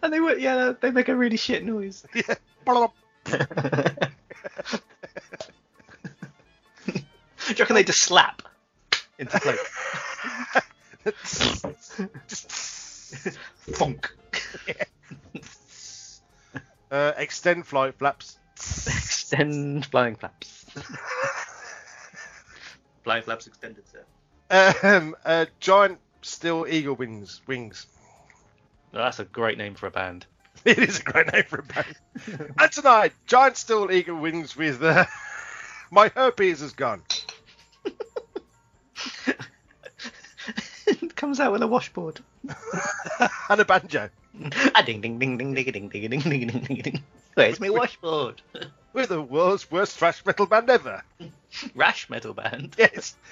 [SPEAKER 10] and they were, yeah, they make a really shit noise. Do you reckon they just slap into place? Funk.
[SPEAKER 7] uh, extend flight flaps.
[SPEAKER 10] Extend flying flaps. flying flaps extended, sir.
[SPEAKER 7] Um, uh, giant steel eagle wings. Wings.
[SPEAKER 10] Well, that's a great name for a band.
[SPEAKER 7] It is a great name for a band. and tonight, Giant Steel Eagle wins with uh, My Herpes Is Gone.
[SPEAKER 10] it comes out with a washboard.
[SPEAKER 7] and a banjo.
[SPEAKER 10] ah, ding ding ding ding ding ding ding ding ding ding ding ding. Where's my washboard?
[SPEAKER 7] We're the world's worst thrash metal band ever.
[SPEAKER 10] Rash metal band.
[SPEAKER 7] Yes.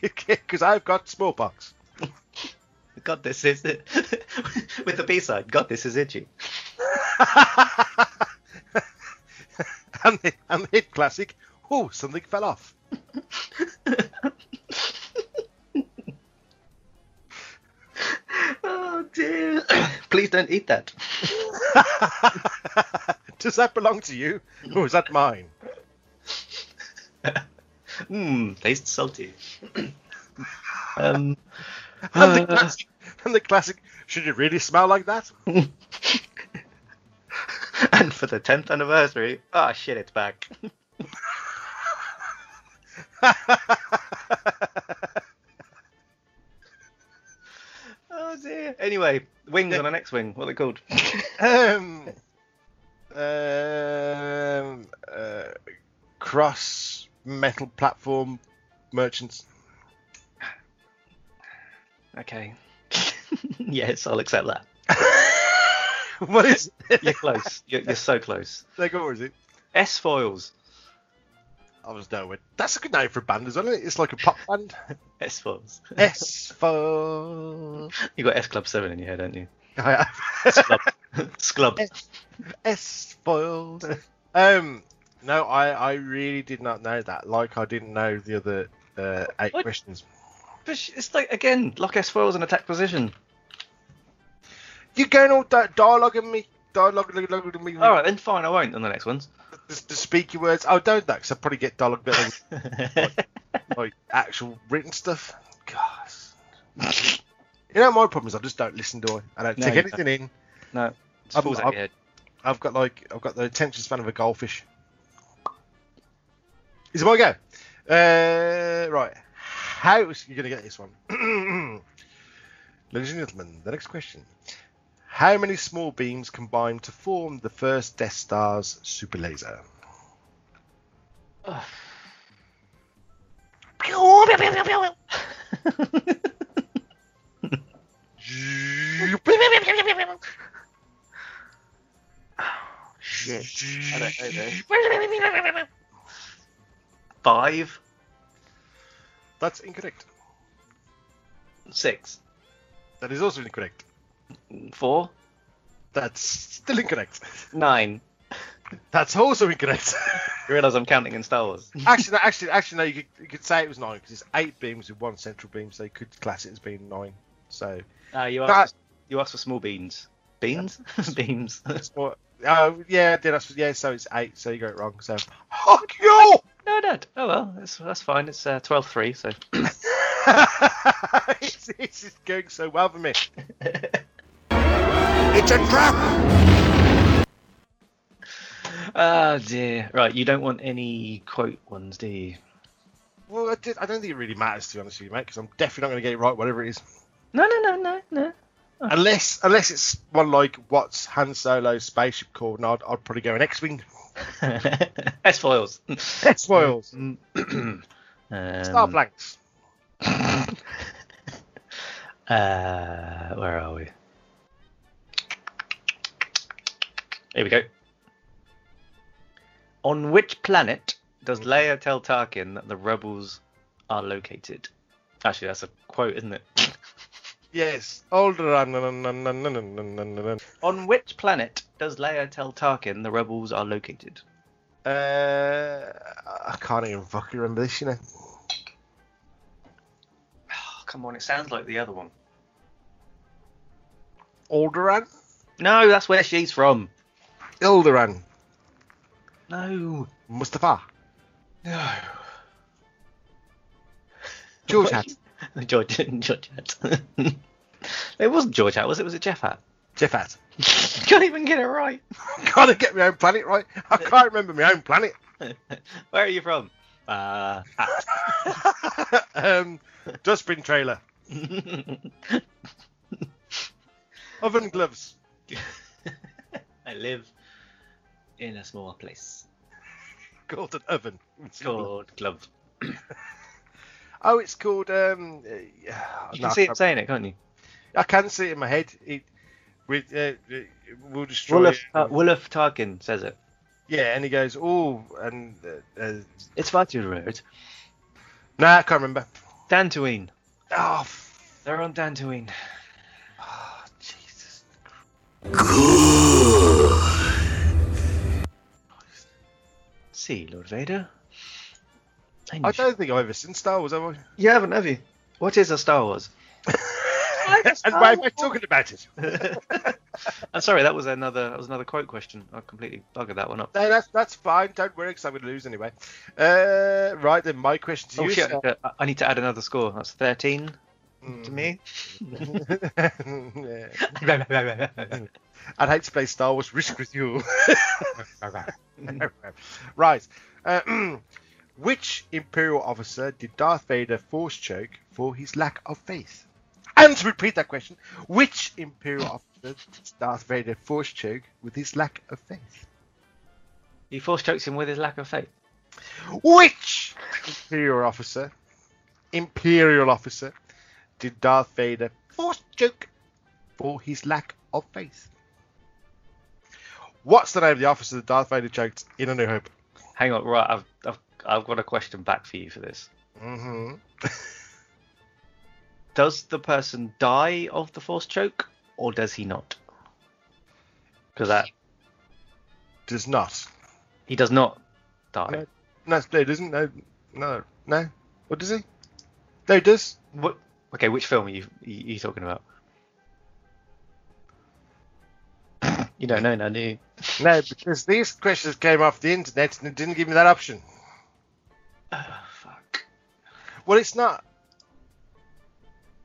[SPEAKER 7] Because I've got smallpox.
[SPEAKER 10] God, this is it. With the B side, God, this is itchy.
[SPEAKER 7] and, the, and the hit classic, oh, something fell off.
[SPEAKER 10] Oh dear. Please don't eat that.
[SPEAKER 7] Does that belong to you? Or is that mine?
[SPEAKER 10] Mmm, tastes salty. um,
[SPEAKER 7] And the
[SPEAKER 10] Uh.
[SPEAKER 7] classic, and the classic should it really smell like that?
[SPEAKER 10] and for the 10th anniversary, ah shit, it's back. oh dear. Anyway, wings on an X Wing, what are they called?
[SPEAKER 7] Um, um, uh, cross metal platform merchants.
[SPEAKER 10] okay. yes, I'll accept that.
[SPEAKER 7] what is it?
[SPEAKER 10] You're close. You're, you're so close.
[SPEAKER 7] Like, what is it?
[SPEAKER 10] S foils.
[SPEAKER 7] I was nowhere. That's a good name for a band, isn't it? It's like a pop band.
[SPEAKER 10] S foils.
[SPEAKER 7] S for
[SPEAKER 10] You got S Club Seven in your head, don't you?
[SPEAKER 7] I have.
[SPEAKER 10] Club. Sclub.
[SPEAKER 7] S foiled. Um, no, I I really did not know that. Like I didn't know the other uh, eight
[SPEAKER 10] What?
[SPEAKER 7] questions.
[SPEAKER 10] But sh- it's like again, lock S foils in attack position.
[SPEAKER 7] You're going all that dialogue and me, dialogue, dialogue, me.
[SPEAKER 8] Hmm.
[SPEAKER 10] All right, then fine, I won't on the next ones.
[SPEAKER 7] the, the speaky words. Oh, don't that? Because I probably get dialogue better than like actual written stuff. God. You know, my problem is I just don't listen, do I? I don't
[SPEAKER 10] No,
[SPEAKER 7] take
[SPEAKER 10] you
[SPEAKER 7] anything in.
[SPEAKER 10] no, just
[SPEAKER 7] I'm-
[SPEAKER 10] falls out
[SPEAKER 7] I'm-
[SPEAKER 10] your head.
[SPEAKER 7] I've got like I've got the attention span of a goldfish. Is it my go? Uh, right. How is you gonna get this one? Ladies and gentlemen, the next question. How many small beams combine to form the first Death Star's super laser?
[SPEAKER 10] Shit. I don't know, though. Five,
[SPEAKER 7] That's incorrect.
[SPEAKER 10] six,
[SPEAKER 7] That is also incorrect.
[SPEAKER 10] four,
[SPEAKER 7] That's still incorrect.
[SPEAKER 10] nine.
[SPEAKER 7] That's also incorrect.
[SPEAKER 10] You realise I'm counting in Star Wars.
[SPEAKER 7] actually, no, actually, actually, no. You could, you could say it was nine because it's eight beams with one central beam, so you could class it as being nine. So
[SPEAKER 10] No, you
[SPEAKER 7] That-
[SPEAKER 10] asked. You asked for small beans. Beans, beams.
[SPEAKER 7] it's more. Oh yeah, yeah, that's yeah. So it's eight. So you got it wrong. So fuck you.
[SPEAKER 10] no, Dad. Oh well, that's, that's fine. It's uh, twelve three. So
[SPEAKER 7] it's, it's just going so well for me.
[SPEAKER 10] Oh dear. Right, you don't want any quote ones, do you?
[SPEAKER 7] Well, I, did, I don't think it really matters to be honest with you, mate, because I'm definitely not going to get it right, whatever it is.
[SPEAKER 10] No, no, no, no, no.
[SPEAKER 7] Unless, unless it's one like what's Han Solo's spaceship called, and I'd, I'd probably go an X-wing.
[SPEAKER 10] S foils.
[SPEAKER 7] That's foils. Star
[SPEAKER 10] um,
[SPEAKER 7] blanks.
[SPEAKER 10] Uh, where are we? Here we go. On which planet does Leia tell Tarkin that the rebels are located?
[SPEAKER 8] Actually, that's a quote, isn't it?
[SPEAKER 7] Yes. Older. Uh,
[SPEAKER 8] On which planet does Leia tell Tarkin the rebels are located?
[SPEAKER 7] Uh, I can't even fucking remember this, you know.
[SPEAKER 8] Oh, come on, it sounds like the other one.
[SPEAKER 7] Alderan?
[SPEAKER 8] No, that's where she's from.
[SPEAKER 7] Ilderan.
[SPEAKER 8] No.
[SPEAKER 7] Mustafa.
[SPEAKER 8] No.
[SPEAKER 7] George Hat.
[SPEAKER 8] George, George Hat. it wasn't George Hat, was it? Was it Jeff Hat?
[SPEAKER 7] Jeff Hat.
[SPEAKER 8] Can't even get it right.
[SPEAKER 7] Gotta get my own planet right. I can't remember my own planet.
[SPEAKER 8] Where are you from? Uh,
[SPEAKER 7] um, dustbin trailer. Oven gloves.
[SPEAKER 8] I live in a small place
[SPEAKER 7] Called an oven.
[SPEAKER 8] It's called Glove.
[SPEAKER 7] Oh, it's called. Um, uh,
[SPEAKER 8] You
[SPEAKER 7] no,
[SPEAKER 8] can see
[SPEAKER 7] I,
[SPEAKER 8] it saying it, can't you?
[SPEAKER 7] I can see it in my head. It with uh, it will destroy.
[SPEAKER 8] Wolof,
[SPEAKER 7] it.
[SPEAKER 8] uh, Wolof Tarkin says it.
[SPEAKER 7] Yeah, and he goes, oh, and uh, uh,
[SPEAKER 8] It's far too rude.
[SPEAKER 7] nah, I can't remember.
[SPEAKER 8] Dantooine.
[SPEAKER 7] Oh, f-
[SPEAKER 8] They're on Dantooine.
[SPEAKER 7] oh, Jesus.
[SPEAKER 8] See, Lord Vader. I knew
[SPEAKER 7] I don't think I've ever seen Star Wars. Have I?
[SPEAKER 8] You haven't, have you? What is a Star Wars?
[SPEAKER 7] and why am I talking about it?
[SPEAKER 8] I'm sorry, that was another that was another quote question. I completely buggered that one up.
[SPEAKER 7] No, that's that's fine. Don't worry, because I'm going to lose anyway. Uh, right then, my question to
[SPEAKER 8] Oh
[SPEAKER 7] you.
[SPEAKER 8] shit!
[SPEAKER 7] sir.
[SPEAKER 8] I- I need to add another score. That's 13 to me.
[SPEAKER 7] Yeah. I'd hate to play Star Wars Risk with you. right. Uh, which Imperial officer did Darth Vader force choke for his lack of faith? And to repeat that question, which Imperial officer did Darth Vader force choke with his lack of faith?
[SPEAKER 8] he force chokes him with his lack of faith.
[SPEAKER 7] Which Imperial officer, Imperial officer, did Darth Vader force choke for his lack of faith? What's the name of the officer that Darth Vader choked in A New Hope?
[SPEAKER 8] Hang on, right? I've I've, I've got a question back for you for this.
[SPEAKER 7] Mm-hmm.
[SPEAKER 8] Does the person die of the force choke, or does he not? Because that
[SPEAKER 7] Does not.
[SPEAKER 8] he does not die.
[SPEAKER 7] No. No, no, doesn't. No, no, no. What does he? No, he does.
[SPEAKER 8] What? Okay, which film are you you, you talking about? you don't know, now, do you?
[SPEAKER 7] No, because these questions came off the internet and it didn't give me that option.
[SPEAKER 8] Oh, fuck.
[SPEAKER 7] Well, it's not.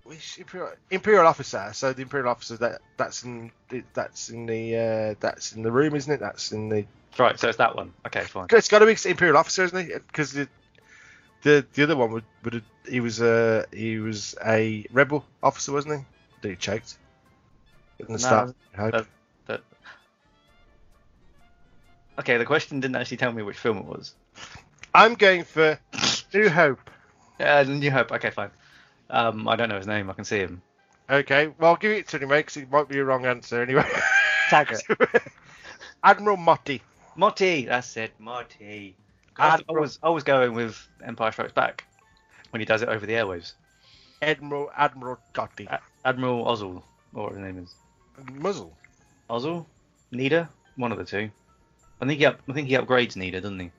[SPEAKER 7] Which imperial, imperial officer? So the imperial officer that that's in that's in the uh, that's in the room, isn't it? That's in the.
[SPEAKER 8] Right, so it's that one. Okay, fine.
[SPEAKER 7] It's got to be imperial officer, isn't it? Because the, the the other one would would have, he was a he was a rebel officer, wasn't he? That he choked. In the
[SPEAKER 8] No,
[SPEAKER 7] start. I hope.
[SPEAKER 8] uh, Okay, the question didn't actually tell me which film it was.
[SPEAKER 7] I'm going for New Hope.
[SPEAKER 8] Uh, New Hope. Okay, fine. Um, I don't know his name. I can see him.
[SPEAKER 7] Okay, well, I'll give it to him anyway, 'cause it might be a wrong answer anyway.
[SPEAKER 8] Tag
[SPEAKER 7] Admiral Motti.
[SPEAKER 8] Marty. That's it, Marty. I I was I was going with Empire Strikes Back when he does it over the airwaves.
[SPEAKER 7] Admiral Admiral Dotti.
[SPEAKER 8] A- Admiral Ozzel, or what his name is
[SPEAKER 7] Muzzle.
[SPEAKER 8] Ozzel, Nida, one of the two. I think he up, I think he upgrades Nida, doesn't he?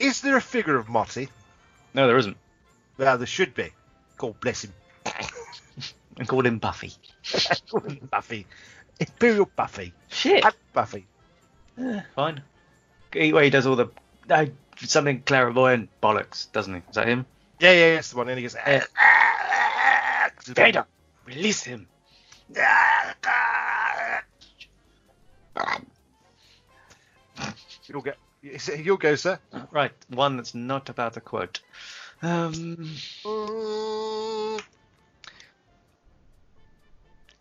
[SPEAKER 7] Is there a figure of Motti?
[SPEAKER 8] No, there isn't.
[SPEAKER 7] Well, there should be. God bless him.
[SPEAKER 8] And called him Buffy.
[SPEAKER 7] Buffy. Imperial Buffy.
[SPEAKER 8] Shit.
[SPEAKER 7] Ad Buffy.
[SPEAKER 8] Eh, fine. He, well, he does all the no, something clairvoyant bollocks, doesn't he? Is that him?
[SPEAKER 7] Yeah, yeah, that's the one. And he goes, "Ah,
[SPEAKER 8] Yeah.
[SPEAKER 7] Vader.
[SPEAKER 8] Release him.
[SPEAKER 7] ah, You'll, get, you'll go, sir.
[SPEAKER 8] Right, one that's not about a quote. Um,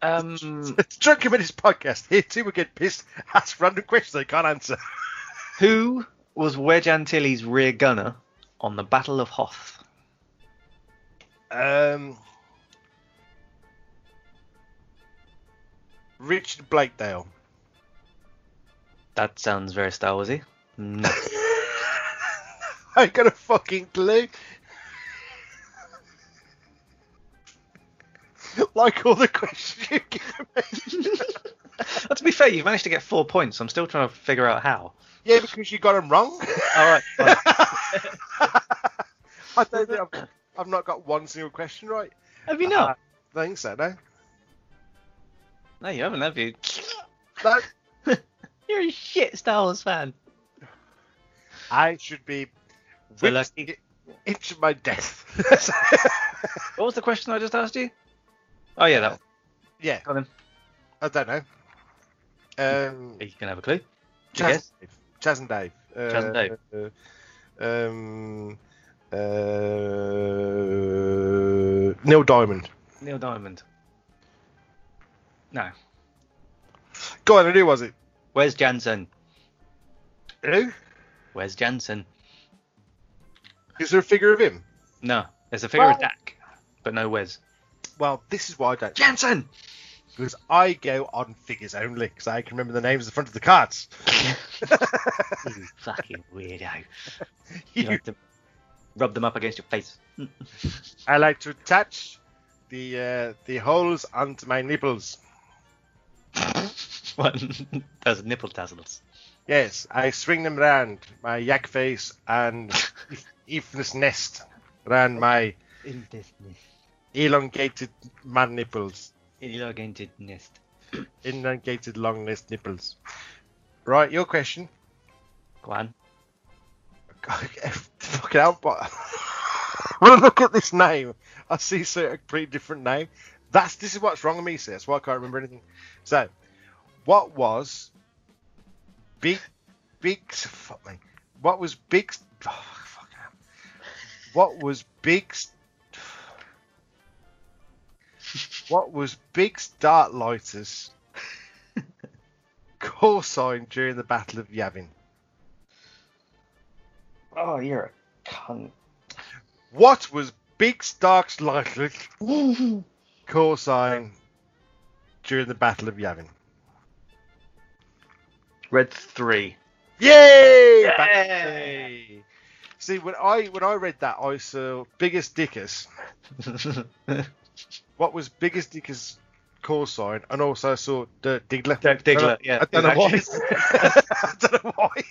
[SPEAKER 8] um,
[SPEAKER 7] Drunk him in his podcast. Here too, we get pissed. Ask random questions they can't answer.
[SPEAKER 8] who was Wedge Antilles' rear gunner on the Battle of Hoth?
[SPEAKER 7] Um, Richard Blakedale.
[SPEAKER 8] That sounds very Star Warsy. No.
[SPEAKER 7] I ain't got a fucking clue. like all the questions you've given me.
[SPEAKER 8] Well, to be fair, you've managed to get four points. I'm still trying to figure out how.
[SPEAKER 7] yeah, because you got them wrong.
[SPEAKER 8] All right. fine.
[SPEAKER 7] I don't think I've, I've not got one single question right.
[SPEAKER 8] Have you not?
[SPEAKER 7] I don't think so, no.
[SPEAKER 8] no, you haven't, have you?
[SPEAKER 7] No,
[SPEAKER 8] You're a shit Star Wars fan.
[SPEAKER 7] I should be
[SPEAKER 8] So
[SPEAKER 7] whipped
[SPEAKER 8] lucky.
[SPEAKER 7] into my death.
[SPEAKER 8] What was the question I just asked you? Oh yeah, that one.
[SPEAKER 7] yeah,
[SPEAKER 8] Go on then.
[SPEAKER 7] I don't know. Um,
[SPEAKER 8] You can have a clue. Did you
[SPEAKER 7] Chaz,
[SPEAKER 8] guess?
[SPEAKER 7] and Dave. Chaz and Dave. Uh,
[SPEAKER 8] Chaz and
[SPEAKER 7] Dave. um, uh, Neil Diamond.
[SPEAKER 8] Neil Diamond. No.
[SPEAKER 7] Go on, and who was it?
[SPEAKER 8] Where's Jansen?
[SPEAKER 7] Who?
[SPEAKER 8] Where's Jansen?
[SPEAKER 7] Is there a figure of him?
[SPEAKER 8] No, there's a figure of Dak, but no Wes.
[SPEAKER 7] Well, this is why I don't.
[SPEAKER 8] Jansen.
[SPEAKER 7] Because I go on figures only, because I can remember the names in front of the cards.
[SPEAKER 10] You fucking weirdo.
[SPEAKER 8] You have to rub them up against your face.
[SPEAKER 7] I like to attach the uh, the holes onto my nipples.
[SPEAKER 8] What? Those nipple tassels.
[SPEAKER 7] Yes, I swing them round my yak face and even's nest round my
[SPEAKER 8] In this nest.
[SPEAKER 7] elongated man nipples,
[SPEAKER 8] Elongated nest.
[SPEAKER 7] elongated long nest nipples. Right, your question.
[SPEAKER 8] Go on.
[SPEAKER 7] Fucking hell, what? when I look at this name, I see so a pretty different name. That's this is what's wrong with me, sir. That's why I can't remember anything. So, what was big, big? Fuck me. What was big? Oh, fuck hell. What was big? What was big Starlighters call sign during the Battle of Yavin?
[SPEAKER 8] Oh, you're a cunt.
[SPEAKER 7] What was Big Stark's likely call sign during the Battle of Yavin?
[SPEAKER 8] Red three.
[SPEAKER 7] Yay! Battle- See, when I when I read that, I saw biggest dickus.
[SPEAKER 8] Dirk
[SPEAKER 7] What was biggest dickus call sign, and also I saw Dirk Diggler.
[SPEAKER 8] Diggler. Yeah.
[SPEAKER 7] I don't know why. I don't know why.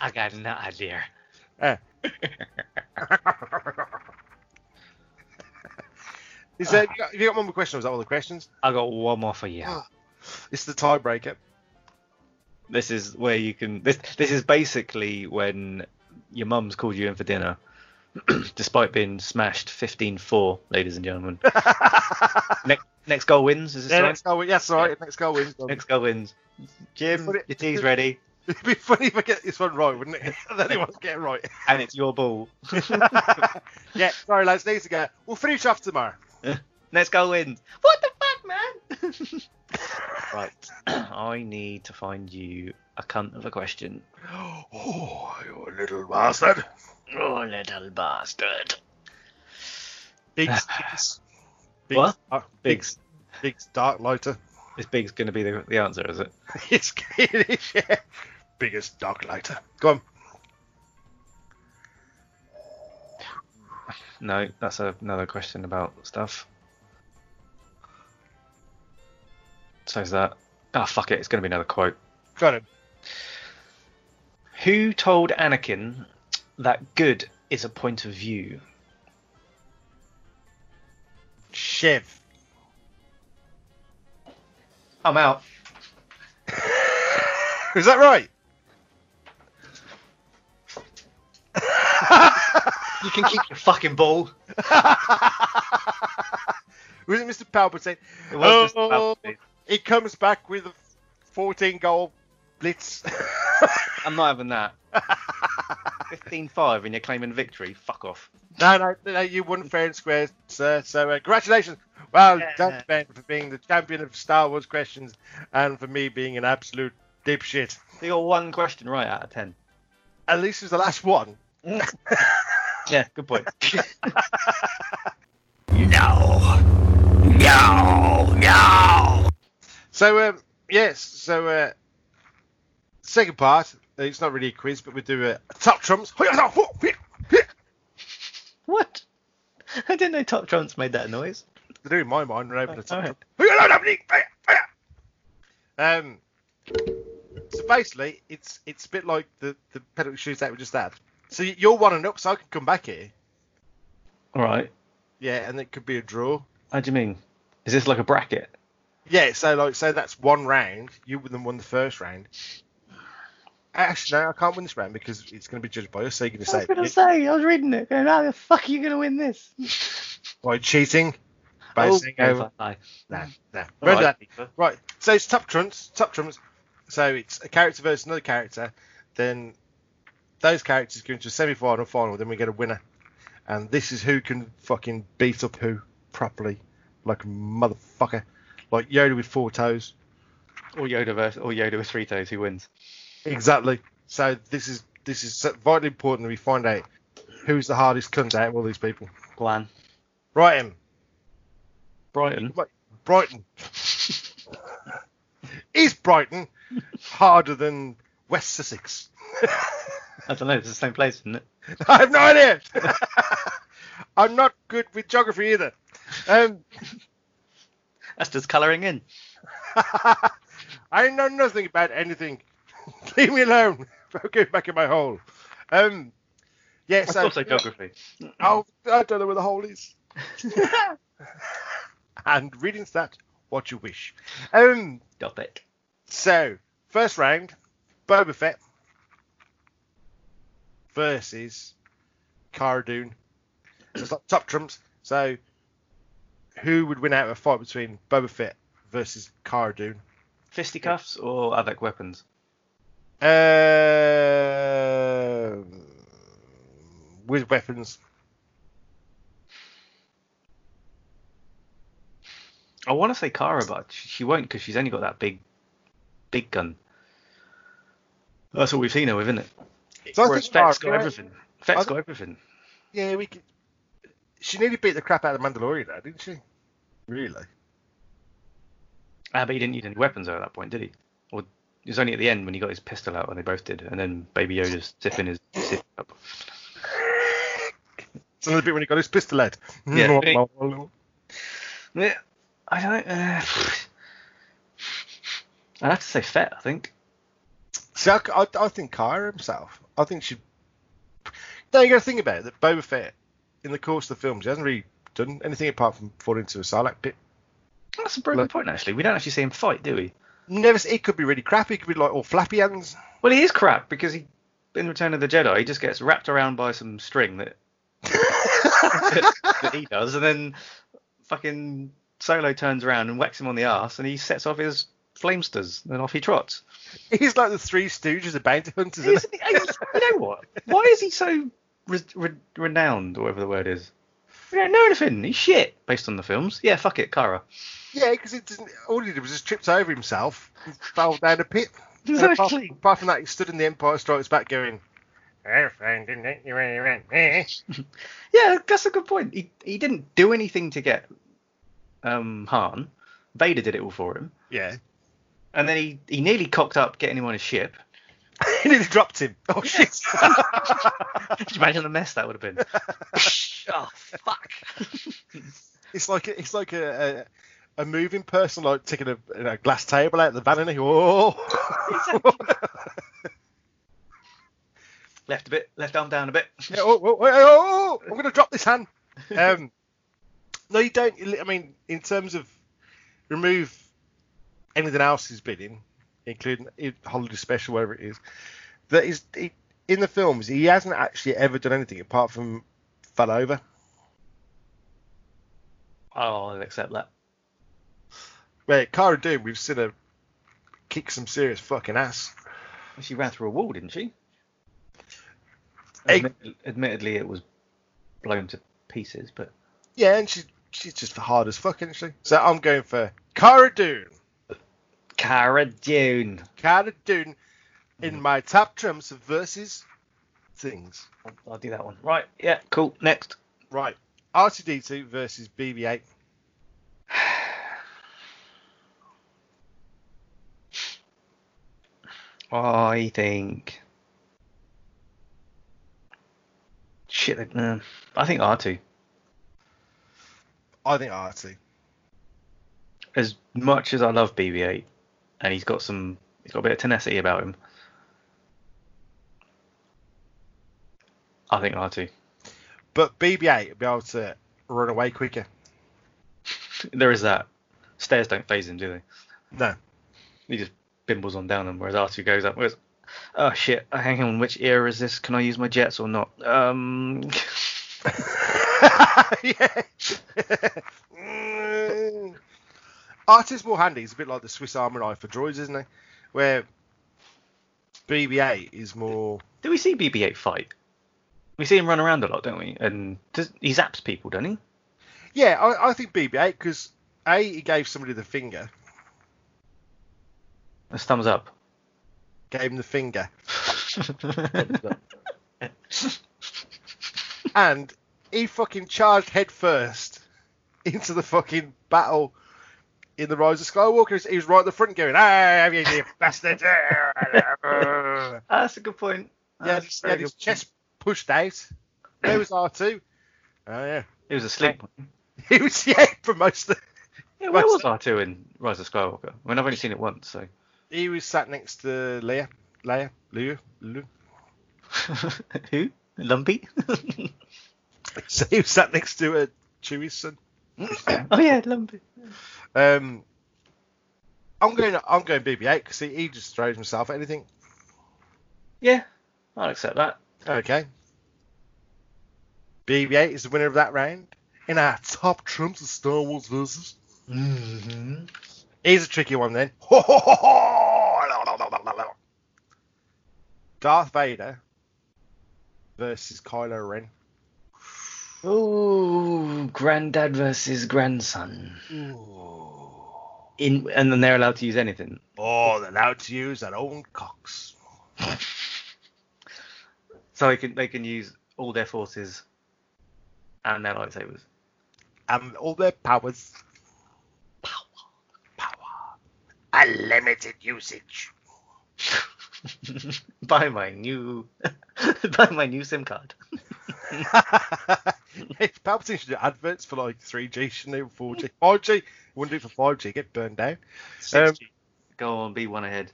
[SPEAKER 10] I got no idea.
[SPEAKER 7] Is that you got, you got one more question? or Was that all the questions?
[SPEAKER 8] I got one more for you.
[SPEAKER 7] It's the tiebreaker.
[SPEAKER 8] This is where you can. This this is basically when your mum's called you in for dinner, despite being smashed 15-4, ladies and gentlemen. next next goal wins. Is this
[SPEAKER 7] Yeah,
[SPEAKER 8] right?
[SPEAKER 7] next goal. win- Yes, all right. Next goal wins.
[SPEAKER 8] Next goal wins. Jim,
[SPEAKER 7] Put it-
[SPEAKER 8] your tea's ready,
[SPEAKER 7] It'd be funny if I get this one right, wouldn't it? Then he won't get it right.
[SPEAKER 8] and it's your ball.
[SPEAKER 7] yeah, sorry, lads. Needs to go. We'll finish off tomorrow.
[SPEAKER 8] Next goal wins. What the fuck, man? right. I need to find you a cunt of a question.
[SPEAKER 7] Oh, you little bastard.
[SPEAKER 10] Oh, little bastard.
[SPEAKER 7] Big, s- big,
[SPEAKER 8] What?
[SPEAKER 7] Dark, big,
[SPEAKER 8] Biggs.
[SPEAKER 7] big dark lighter.
[SPEAKER 8] Is Biggs going to be the, the answer, is it?
[SPEAKER 7] it's it is, yeah. Biggest dark lighter. Go on.
[SPEAKER 8] No, that's a, another question about stuff. So is that. Oh, fuck it. It's going to be another quote.
[SPEAKER 7] Got him.
[SPEAKER 8] Who told Anakin that good is a point of view?
[SPEAKER 7] Shiv.
[SPEAKER 8] I'm out.
[SPEAKER 7] Is that right?
[SPEAKER 8] You can keep your fucking ball.
[SPEAKER 7] Was it Mr. Palpatine?
[SPEAKER 8] It was just
[SPEAKER 7] Oh.
[SPEAKER 8] about me.
[SPEAKER 7] He comes back with a 14 goal blitz.
[SPEAKER 8] I'm not having that. 15 5 and you're claiming victory. Fuck off.
[SPEAKER 7] No, no, no, you won fair and square, sir. So, uh, congratulations. Well done, Ben, for being the champion of Star Wars questions and for me being an absolute dipshit.
[SPEAKER 8] So you got one question right out of 10.
[SPEAKER 7] At least it was the last one.
[SPEAKER 8] Yeah, good point.
[SPEAKER 7] So, um, yes, so uh, second part, uh, it's not really a quiz, but we do uh, top trumps.
[SPEAKER 8] what? I didn't know Top Trumps made that noise.
[SPEAKER 7] to do in my mind when I open the top.
[SPEAKER 8] Alright.
[SPEAKER 7] Um, so basically, it's it's a bit like the the penalty shootout we just had. So you're one and up, so I can come back here.
[SPEAKER 8] All right.
[SPEAKER 7] Yeah, and it could be a draw.
[SPEAKER 8] How do you mean? Is this like a bracket?
[SPEAKER 7] Yeah, so like so that's one round. You would have won the first round. Actually, no, I can't win this round because it's going to be judged by us. So you're going to
[SPEAKER 8] I was
[SPEAKER 7] say
[SPEAKER 8] gonna
[SPEAKER 7] it
[SPEAKER 8] say. I was reading it. Going, how the fuck are you gonna win this?
[SPEAKER 7] by cheating. By
[SPEAKER 8] Oh,
[SPEAKER 7] saying over.
[SPEAKER 8] no, no.
[SPEAKER 7] Nah, nah.
[SPEAKER 10] All
[SPEAKER 7] Remember
[SPEAKER 10] right,
[SPEAKER 7] that.
[SPEAKER 10] FIFA.
[SPEAKER 7] Right. So it's top trumps, top trumps. So it's a character versus another character. Then those characters go into a semi-final, and final. Then we get a winner, and this is who can fucking beat up who properly, like a motherfucker, like Yoda with four toes.
[SPEAKER 8] Or Yoda versus, or Yoda with three toes. Who wins?
[SPEAKER 7] Exactly. So this is this is so vitally important that we find out who's the hardest cunt out of all these people.
[SPEAKER 8] Glan.
[SPEAKER 7] Right, him.
[SPEAKER 8] Brighton.
[SPEAKER 7] Brighton. is Brighton harder than West Sussex?
[SPEAKER 8] I don't know. It's the same place, isn't it?
[SPEAKER 7] I have no idea. I'm not good with geography either. Um,
[SPEAKER 8] That's just colouring in.
[SPEAKER 7] I know nothing about anything. Leave me alone. I'll go back in my hole. Um, yeah,
[SPEAKER 8] That's
[SPEAKER 7] so
[SPEAKER 8] also geography.
[SPEAKER 7] oh, I don't know where the hole is. and reading that, what you wish. Um,
[SPEAKER 8] Got it.
[SPEAKER 7] So, first round, Boba Fett versus Cara Dune. So it's like top trumps. So, who would win out of a fight between Boba Fett versus Cara Dune?
[SPEAKER 8] Fisticuffs or Adek weapons?
[SPEAKER 7] Um, with weapons.
[SPEAKER 8] I want to say Kara, but she she won't because she's only got that big, big gun. That's what we've seen her with, isn't it?
[SPEAKER 7] So I
[SPEAKER 8] Whereas
[SPEAKER 7] think
[SPEAKER 8] Fett's
[SPEAKER 7] Kara-
[SPEAKER 8] got everything. Fett's
[SPEAKER 7] think-
[SPEAKER 8] got everything.
[SPEAKER 7] Yeah, we could. She nearly beat the crap out of Mandalorian, though, didn't she? Really?
[SPEAKER 8] Ah, but he didn't use any weapons at that point, did he? Or it was only at the end when he got his pistol out, when they both did, and then Baby Yoda's zipping his zip up.
[SPEAKER 7] It's another bit when he got his pistol out.
[SPEAKER 8] Yeah, but he- Yeah, I don't. Uh, I'd have to say Fett. I think.
[SPEAKER 7] See, I, I, I think Kyra himself. I think she. Now you got to think about it. That Boba Fett, in the course of the films, he hasn't really done anything apart from fall into a Sarlacc pit.
[SPEAKER 8] That's a brilliant point, actually. We don't actually see him fight, do we?
[SPEAKER 7] Never. s- It could be really crappy. It could be like all flappy hands.
[SPEAKER 8] Well, he is crap because he, in Return of the Jedi, he just gets wrapped around by some string that that he does, and then fucking Solo turns around and whacks him on the arse, and he sets off his flamesters, and off he trots.
[SPEAKER 7] He's like the Three Stooges of bounty hunters.
[SPEAKER 8] He's-
[SPEAKER 7] Isn't
[SPEAKER 8] I- you know what? Why is he so re- re- renowned, or whatever the word is? We don't know anything. He's shit based on the films. Yeah, fuck it, Kara.
[SPEAKER 7] he? Yeah, because it doesn't. All he did was just tripped over himself, and fell down a pit. And apart,
[SPEAKER 8] Exactly.
[SPEAKER 7] apart from that, he stood in the Empire Strikes Back, going, "I found it, it, you really went there."
[SPEAKER 8] Yeah, that's a good point. He he didn't do anything to get um Han. Vader did it all for him.
[SPEAKER 7] Yeah,
[SPEAKER 8] And then he, he nearly cocked up getting him on a ship.
[SPEAKER 7] he nearly dropped him. Oh shit!
[SPEAKER 8] Could you imagine the mess that would have been? oh, fuck.
[SPEAKER 7] It's like a, it's like a, a a moving person like taking a, you know, glass table out of the van and he oh
[SPEAKER 8] left a bit, left arm down a bit.
[SPEAKER 7] Yeah, oh, oh, oh, oh, oh, I'm gonna drop this hand. Um, no, you don't. I mean, in terms of remove anything else he's been in, including i- holiday special, whatever it is, that is he, in the films he hasn't actually ever done anything apart from fell over.
[SPEAKER 8] Oh, I'll accept that.
[SPEAKER 7] Where Cara Dune, we've seen her kick some serious fucking ass.
[SPEAKER 8] She ran through a wall, didn't she?
[SPEAKER 7] Hey.
[SPEAKER 8] Admit- admittedly, it was blown to pieces, but
[SPEAKER 7] Yeah, and she she's just hard as fuck, isn't she? So I'm going for Cara Dune.
[SPEAKER 8] Cara Dune.
[SPEAKER 7] Cara Dune in my top trumps versus things.
[SPEAKER 8] I'll, I'll do that one. Right, yeah, cool. Next.
[SPEAKER 7] Right. RTD2 versus BB8.
[SPEAKER 8] I think. Shit, uh, I think R2.
[SPEAKER 7] I think RT.
[SPEAKER 8] as much as I love BB-8, and he's got some, he's got a bit of tenacity about him. I think R2.
[SPEAKER 7] But BB-8 will be able to run away quicker.
[SPEAKER 8] There is that. Stairs don't phase him, do they?
[SPEAKER 7] No.
[SPEAKER 8] He just bimbles on down them, whereas R2 goes up. Whereas, oh shit, hang on, which era is this? Can I use my jets or not? Um,
[SPEAKER 7] yeah. Mm. Artist more handy. He's a bit like the Swiss Army knife for droids, isn't he? Where BB-8 is more.
[SPEAKER 8] do we see BB-8 fight? We see him run around a lot, don't we? And does, he zaps people, doesn't he?
[SPEAKER 7] Yeah, I, I think BB-8 because a he gave somebody the finger,
[SPEAKER 8] That's thumbs up.
[SPEAKER 7] gave him the finger,
[SPEAKER 8] Ah,
[SPEAKER 7] and he fucking charged head first into the fucking battle in the Rise of Skywalker. He was right at the front going, "Hey, you, you bastard!" yeah,
[SPEAKER 8] That's a good point. Ah,
[SPEAKER 7] he had his- he had his chest pushed out. There was R two. Oh yeah,
[SPEAKER 8] It was asleep.
[SPEAKER 7] he was yeah for most of.
[SPEAKER 8] Yeah, where was R2 in Rise of Skywalker? I mean, I've only seen it once, so.
[SPEAKER 7] He was sat next to Leia, Leia, Leia, Leia.
[SPEAKER 8] Who? Lumpy?
[SPEAKER 7] So he was sat next to uh, Chewie's son.
[SPEAKER 8] oh yeah, Lumpy.
[SPEAKER 7] Um, I'm going. I'm going BB-8 because he, he just throws himself at anything.
[SPEAKER 8] Yeah, I'll accept that.
[SPEAKER 7] Okay. BB-8 is the winner of that round in our top trumps of Star Wars versus.
[SPEAKER 8] Mm-hmm.
[SPEAKER 7] Here's a tricky one then. Darth Vader versus Kylo Ren.
[SPEAKER 8] Ooh, granddad versus grandson. In and then they're allowed to use anything.
[SPEAKER 7] Oh, they're allowed to use their own cocks.
[SPEAKER 8] So they can they can use all their forces and their lightsabers.
[SPEAKER 7] and all their powers. Power. Power. Unlimited usage.
[SPEAKER 8] buy my new buy my new SIM card.
[SPEAKER 7] if Palpatine should do adverts for like 3G, shouldn't they? Or 4G. 5G. Wouldn't do it for 5G, get burned Um, down.
[SPEAKER 8] 6G. Go on, be one ahead.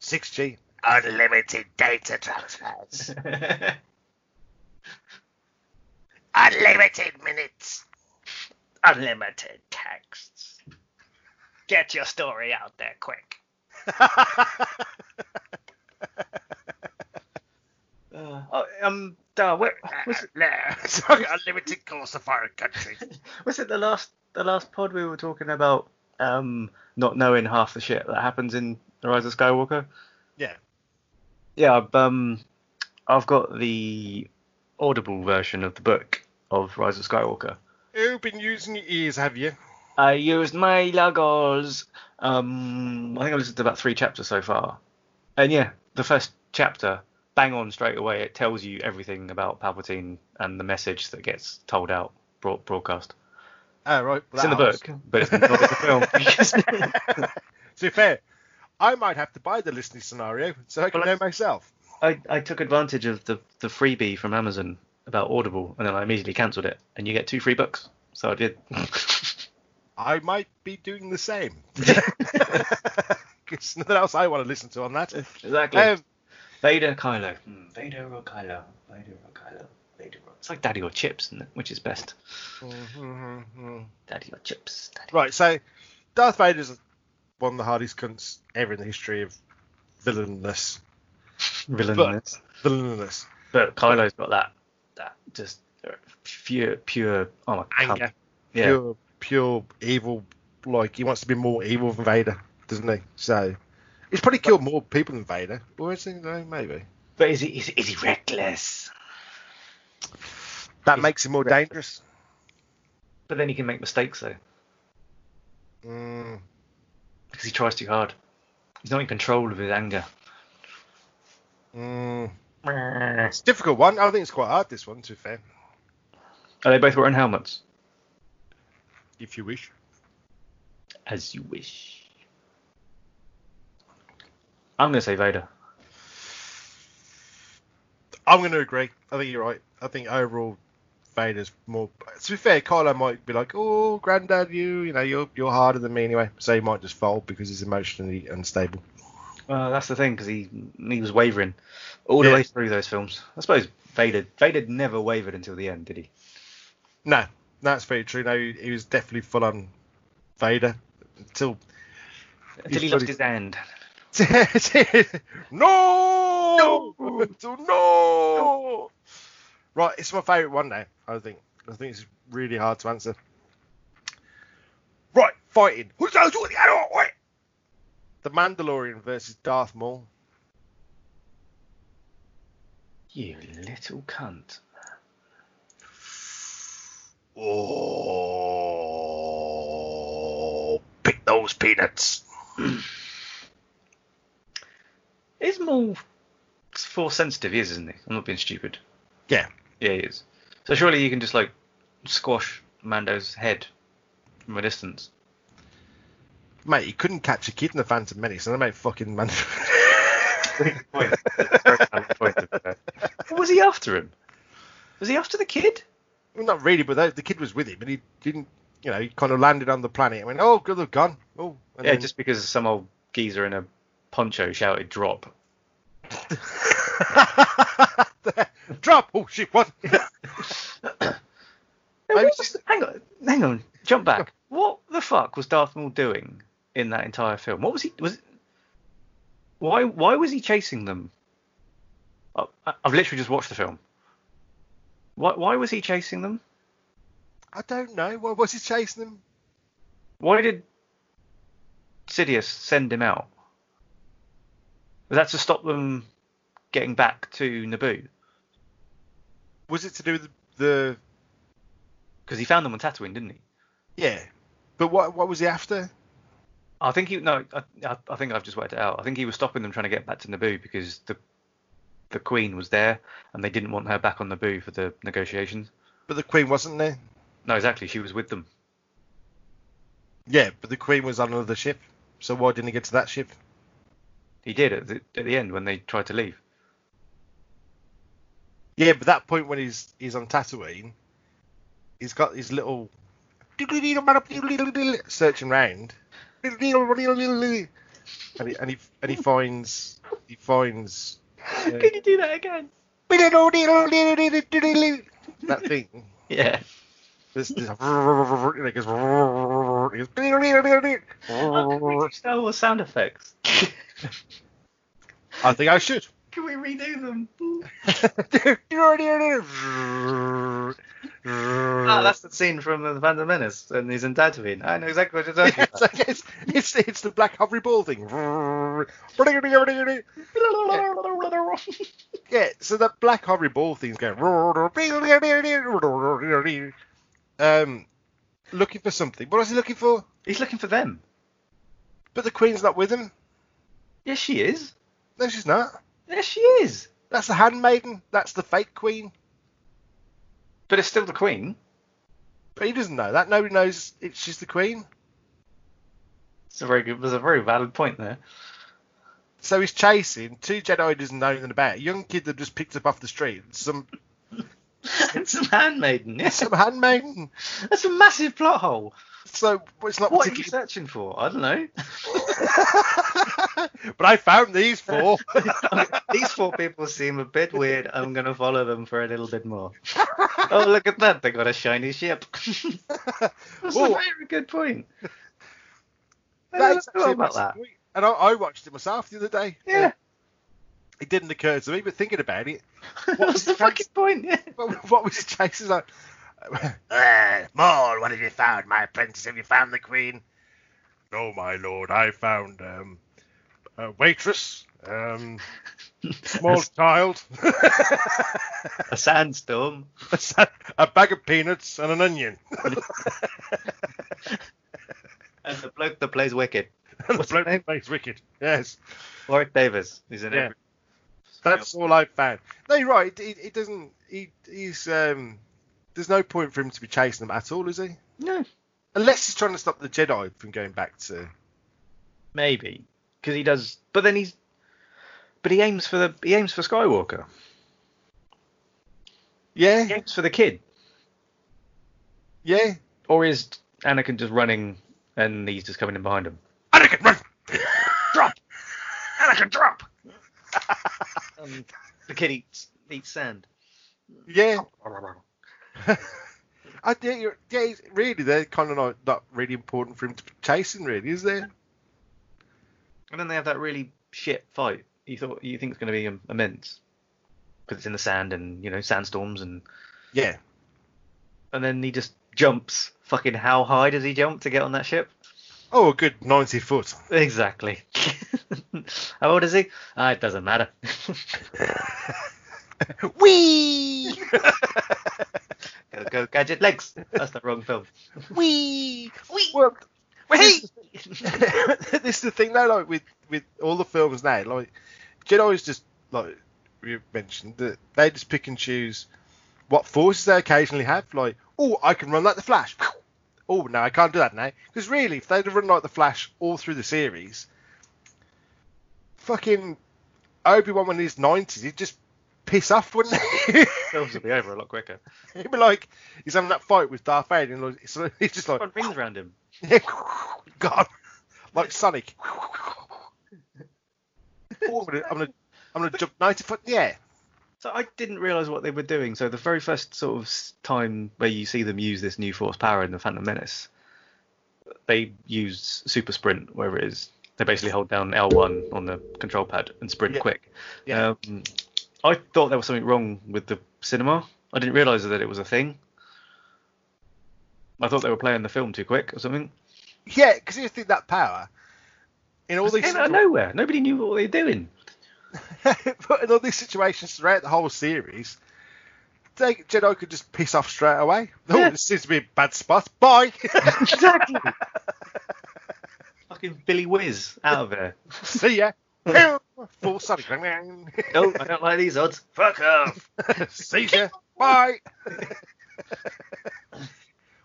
[SPEAKER 7] 6G. Unlimited data transfers. Unlimited minutes.
[SPEAKER 10] Unlimited texts. Get your story out there quick.
[SPEAKER 8] Uh, oh, um, Dar, where, was, it,
[SPEAKER 7] Uh, Sorry, unlimited calls to foreign countries.
[SPEAKER 8] was it the last the last pod we were talking about um not knowing half the shit that happens in The Rise of Skywalker?
[SPEAKER 7] Yeah.
[SPEAKER 8] Yeah, I've, um, I've got the audible version of the book of Rise of Skywalker.
[SPEAKER 7] You've been using your ears, have you?
[SPEAKER 8] I used my logos. Um, I think I've listened to about three chapters so far. And yeah, the first chapter, bang on straight away, it tells you everything about Palpatine and the message that gets told out, brought broadcast.
[SPEAKER 7] Oh, right.
[SPEAKER 8] It's in the
[SPEAKER 7] that helps.
[SPEAKER 8] book, but it's not in the film. because-
[SPEAKER 7] To be fair, I might have to buy the listening scenario so I can
[SPEAKER 8] Well,
[SPEAKER 7] know myself.
[SPEAKER 8] I, I took advantage of the, the freebie from Amazon about Audible, and then I immediately cancelled it. And you get two free books, so I did.
[SPEAKER 7] I might be doing the same. There's nothing else I want to listen to on that.
[SPEAKER 8] exactly.
[SPEAKER 7] Um,
[SPEAKER 8] Vader, Kylo. Hmm, Vader or Kylo? Vader or Kylo? Vader or... It's like Daddy or Chips, isn't it? Which is best? Daddy or Chips? Daddy.
[SPEAKER 7] Um, right, so Darth Vader's one of the hardest cunts ever in the history of villainness.
[SPEAKER 8] Villain.
[SPEAKER 7] But, villainness.
[SPEAKER 8] But Kylo's got that, that just uh, pure, pure. Oh my god.
[SPEAKER 7] Anger.
[SPEAKER 8] Yeah.
[SPEAKER 7] Pure, pure evil. Like, he wants to be more evil than Vader, doesn't he? So, he's probably killed more people than Vader. Or is he? No, maybe.
[SPEAKER 8] But is he, is, he- is he reckless?
[SPEAKER 7] That makes him more dangerous.
[SPEAKER 8] But then he can make mistakes though,
[SPEAKER 7] Mm.
[SPEAKER 8] because he tries too hard. He's not in control of his anger.
[SPEAKER 7] Mm. It's a difficult one. I think it's quite hard, this one, to be fair.
[SPEAKER 8] Are Oh, they both wearing helmets?
[SPEAKER 7] If you wish.
[SPEAKER 8] As you wish. I'm gonna say Vader.
[SPEAKER 7] I'm going to agree. I think you're right. I think overall, Vader's more. To be fair, Kylo might be like, "Oh, Granddad, you, you know, you're you're harder than me anyway." So he might just fold because he's emotionally unstable.
[SPEAKER 8] Well, that's the thing because he he was wavering all the
[SPEAKER 7] Yeah.
[SPEAKER 8] way through those films. I suppose Vader Vader never wavered until the end, did he?
[SPEAKER 7] No, that's very true. No, he, he was definitely full on Vader until
[SPEAKER 8] Until he
[SPEAKER 7] He's
[SPEAKER 8] lost
[SPEAKER 7] bloody-
[SPEAKER 8] his hand.
[SPEAKER 7] no! no, no. Right, it's my favourite one now. I think. I think it's really hard to answer. Right, fighting. Who's those with the arrow? Wait. The Mandalorian versus Darth Maul.
[SPEAKER 8] You little cunt.
[SPEAKER 7] Oh, pick those peanuts.
[SPEAKER 8] Is Maul force sensitive? He is, isn't he? I'm not being stupid.
[SPEAKER 7] Yeah.
[SPEAKER 8] Yeah, he is. So surely you can just like squash Mando's head from a distance.
[SPEAKER 7] Mate, he couldn't catch a kid in the Phantom Menace, and they made fucking man.
[SPEAKER 8] was he after him? Was he after the kid?
[SPEAKER 7] Well, not really, but the, the kid was with him, and he didn't. You know, he kind of landed on the planet and went, "Oh, good, they've gone." Oh, and
[SPEAKER 8] yeah,
[SPEAKER 7] then-
[SPEAKER 8] just because some old geezer in a poncho shouted drop.
[SPEAKER 7] drop. Oh shit! What?
[SPEAKER 8] Now,
[SPEAKER 7] Maybe
[SPEAKER 8] what was the- hang on, hang on, jump back. What the fuck was Darth Maul doing in that entire film? What was he was? Why why was he chasing them? I, I- I've literally just watched the film. Why why was he chasing them?
[SPEAKER 7] I don't know. Why was he chasing them?
[SPEAKER 8] Why did Sidious send him out? Was that to stop them getting back to Naboo?
[SPEAKER 7] Was it to do with the?
[SPEAKER 8] Because he found them on Tatooine, didn't he?
[SPEAKER 7] Yeah, but what what was he after?
[SPEAKER 8] I think he no. I, I- I think I've just worked it out. I think he was stopping them trying to get back to Naboo because the the Queen was there and they didn't want her back on Naboo for the negotiations.
[SPEAKER 7] But the Queen wasn't there.
[SPEAKER 8] No, exactly. She was with them.
[SPEAKER 7] Yeah, but the Queen was on another ship. So why didn't he get to that ship?
[SPEAKER 8] He did at the, at the end when they tried to leave.
[SPEAKER 7] Yeah, but that point when he's he's on Tatooine, he's got his little searching round, and he and he and he finds he finds
[SPEAKER 8] Can you do that again?
[SPEAKER 7] that thing.
[SPEAKER 8] Yeah.
[SPEAKER 7] This, this and it goes, it goes
[SPEAKER 8] Star Wars sound effects.
[SPEAKER 7] I think I should.
[SPEAKER 8] Can we redo them? Ah, that's the scene from The Phantom Menace, and he's in Tatooine. I know exactly what you're
[SPEAKER 7] Yeah,
[SPEAKER 8] talking
[SPEAKER 7] it's,
[SPEAKER 8] about.
[SPEAKER 7] like- it's, it's, it's the black hovery ball thing. yeah, so that black hovery ball thing's going. Um, looking for something. What was he looking for?
[SPEAKER 8] He's looking for them.
[SPEAKER 7] But the queen's not with him.
[SPEAKER 8] Yes, she is.
[SPEAKER 7] No, she's not.
[SPEAKER 8] Yes, she is.
[SPEAKER 7] That's the handmaiden. That's the fake queen.
[SPEAKER 8] But it's still the Queen.
[SPEAKER 7] But he doesn't know that. Nobody knows it, she's the queen.
[SPEAKER 8] It's a very good. There's a very valid point there.
[SPEAKER 7] So he's chasing two Jedi he doesn't know anything about. A young kid that just picked up off the street. Some
[SPEAKER 8] it's a handmaiden. Yes,
[SPEAKER 7] some handmaiden.
[SPEAKER 8] that's a massive plot hole.
[SPEAKER 7] So it's not
[SPEAKER 8] What are you
[SPEAKER 7] particularly
[SPEAKER 8] searching for? I don't know.
[SPEAKER 7] but I found these four.
[SPEAKER 8] These four people seem a bit weird. I'm gonna follow them for a little bit more. oh, look at that! They got a shiny ship. that's
[SPEAKER 7] Ooh.
[SPEAKER 8] a very good point. I
[SPEAKER 7] That's
[SPEAKER 8] don't know
[SPEAKER 7] actually
[SPEAKER 8] about
[SPEAKER 7] a massive
[SPEAKER 8] that.
[SPEAKER 7] point. And I, I watched it myself the other day. Uh,
[SPEAKER 8] Yeah,
[SPEAKER 7] It didn't occur to me, but thinking about it,
[SPEAKER 8] what's the fucking point? Yeah.
[SPEAKER 7] what, what was it chasing? Like,
[SPEAKER 4] Uh, Maul, what have you found, my apprentice? Have you found the queen?
[SPEAKER 7] no, my lord, I found um, a waitress, um, small child,
[SPEAKER 8] A sandstorm.
[SPEAKER 7] a bag of peanuts, and an onion.
[SPEAKER 8] And the bloke that plays Wicked,
[SPEAKER 7] And
[SPEAKER 8] What's
[SPEAKER 7] the
[SPEAKER 8] his name?
[SPEAKER 7] bloke plays wicked. Yes,
[SPEAKER 8] Warwick Davis, is in
[SPEAKER 7] Yeah.
[SPEAKER 8] every
[SPEAKER 7] that's all I found. No, you're right. It, it, it doesn't. He, he's um. There's no point for him to be chasing them at all, is he?
[SPEAKER 8] No.
[SPEAKER 7] Unless he's trying to stop the Jedi from going back to
[SPEAKER 8] Maybe because he does, but then he's, but he aims for the he aims for Skywalker.
[SPEAKER 7] Yeah,
[SPEAKER 8] He aims for the kid.
[SPEAKER 7] Yeah.
[SPEAKER 8] Or is Anakin just running and he's just coming in behind him?
[SPEAKER 4] Anakin, run! drop! Anakin, drop!
[SPEAKER 8] Um, the kid eats, eats sand.
[SPEAKER 7] Yeah. I think you're, yeah, he's- really, they're kind of not, not really important for him to be chasing, really, is there?
[SPEAKER 8] And then they have that really shit fight. You thought you think it's going to be im- immense because it's in the sand and you know sandstorms and
[SPEAKER 7] Yeah.
[SPEAKER 8] and then he just jumps. Fucking how high does he jump to get on that ship?
[SPEAKER 7] Oh, a good 90 foot.
[SPEAKER 8] Exactly. how old is he? Ah, it doesn't matter.
[SPEAKER 7] Wee!
[SPEAKER 8] go, go gadget legs. That's the wrong film.
[SPEAKER 7] Wee! Wee! Well, Wee! this is the thing though, like with with all the films now, like Jedi's just like we mentioned that they just pick and choose what forces they occasionally have. Like, oh, I can run like the Flash. Oh no, I can't do that now. Because really, if they'd have run like the Flash all through the series, fucking Obi Wan in his nineties, he'd just piss off, wouldn't he?
[SPEAKER 8] Films will be over a lot quicker.
[SPEAKER 7] he'd be like, he's having that fight with Darth Vader, and like, so he's just like,
[SPEAKER 8] Run rings around him.
[SPEAKER 7] God, like Sonic. Oh, I'm gonna, I'm gonna, I'm gonna jump ninety foot. Yeah,
[SPEAKER 8] So I didn't realize what they were doing. So the very first sort of s- time where you see them use this new force power in the Phantom Menace, they use super sprint, wherever it is. They basically hold down L1 on the control pad and sprint
[SPEAKER 7] Yeah.
[SPEAKER 8] quick.
[SPEAKER 7] Yeah.
[SPEAKER 8] Um, I thought there was something wrong with the cinema. I didn't realize that it was a thing. I thought they were playing the film too quick or something.
[SPEAKER 7] yeah. Because you think that power in all
[SPEAKER 8] It
[SPEAKER 7] these
[SPEAKER 8] came out of nowhere. Nobody knew what they were doing.
[SPEAKER 7] but in all these situations throughout the whole series, they, Jedi could just piss off straight away.
[SPEAKER 8] Yeah.
[SPEAKER 7] Oh, this seems to be a bad spot. Bye.
[SPEAKER 8] exactly. Fucking Billy Whiz out of there.
[SPEAKER 7] See ya. Full Sonic.
[SPEAKER 8] No, Oh, I don't like these odds. Fuck off.
[SPEAKER 7] See ya. Bye.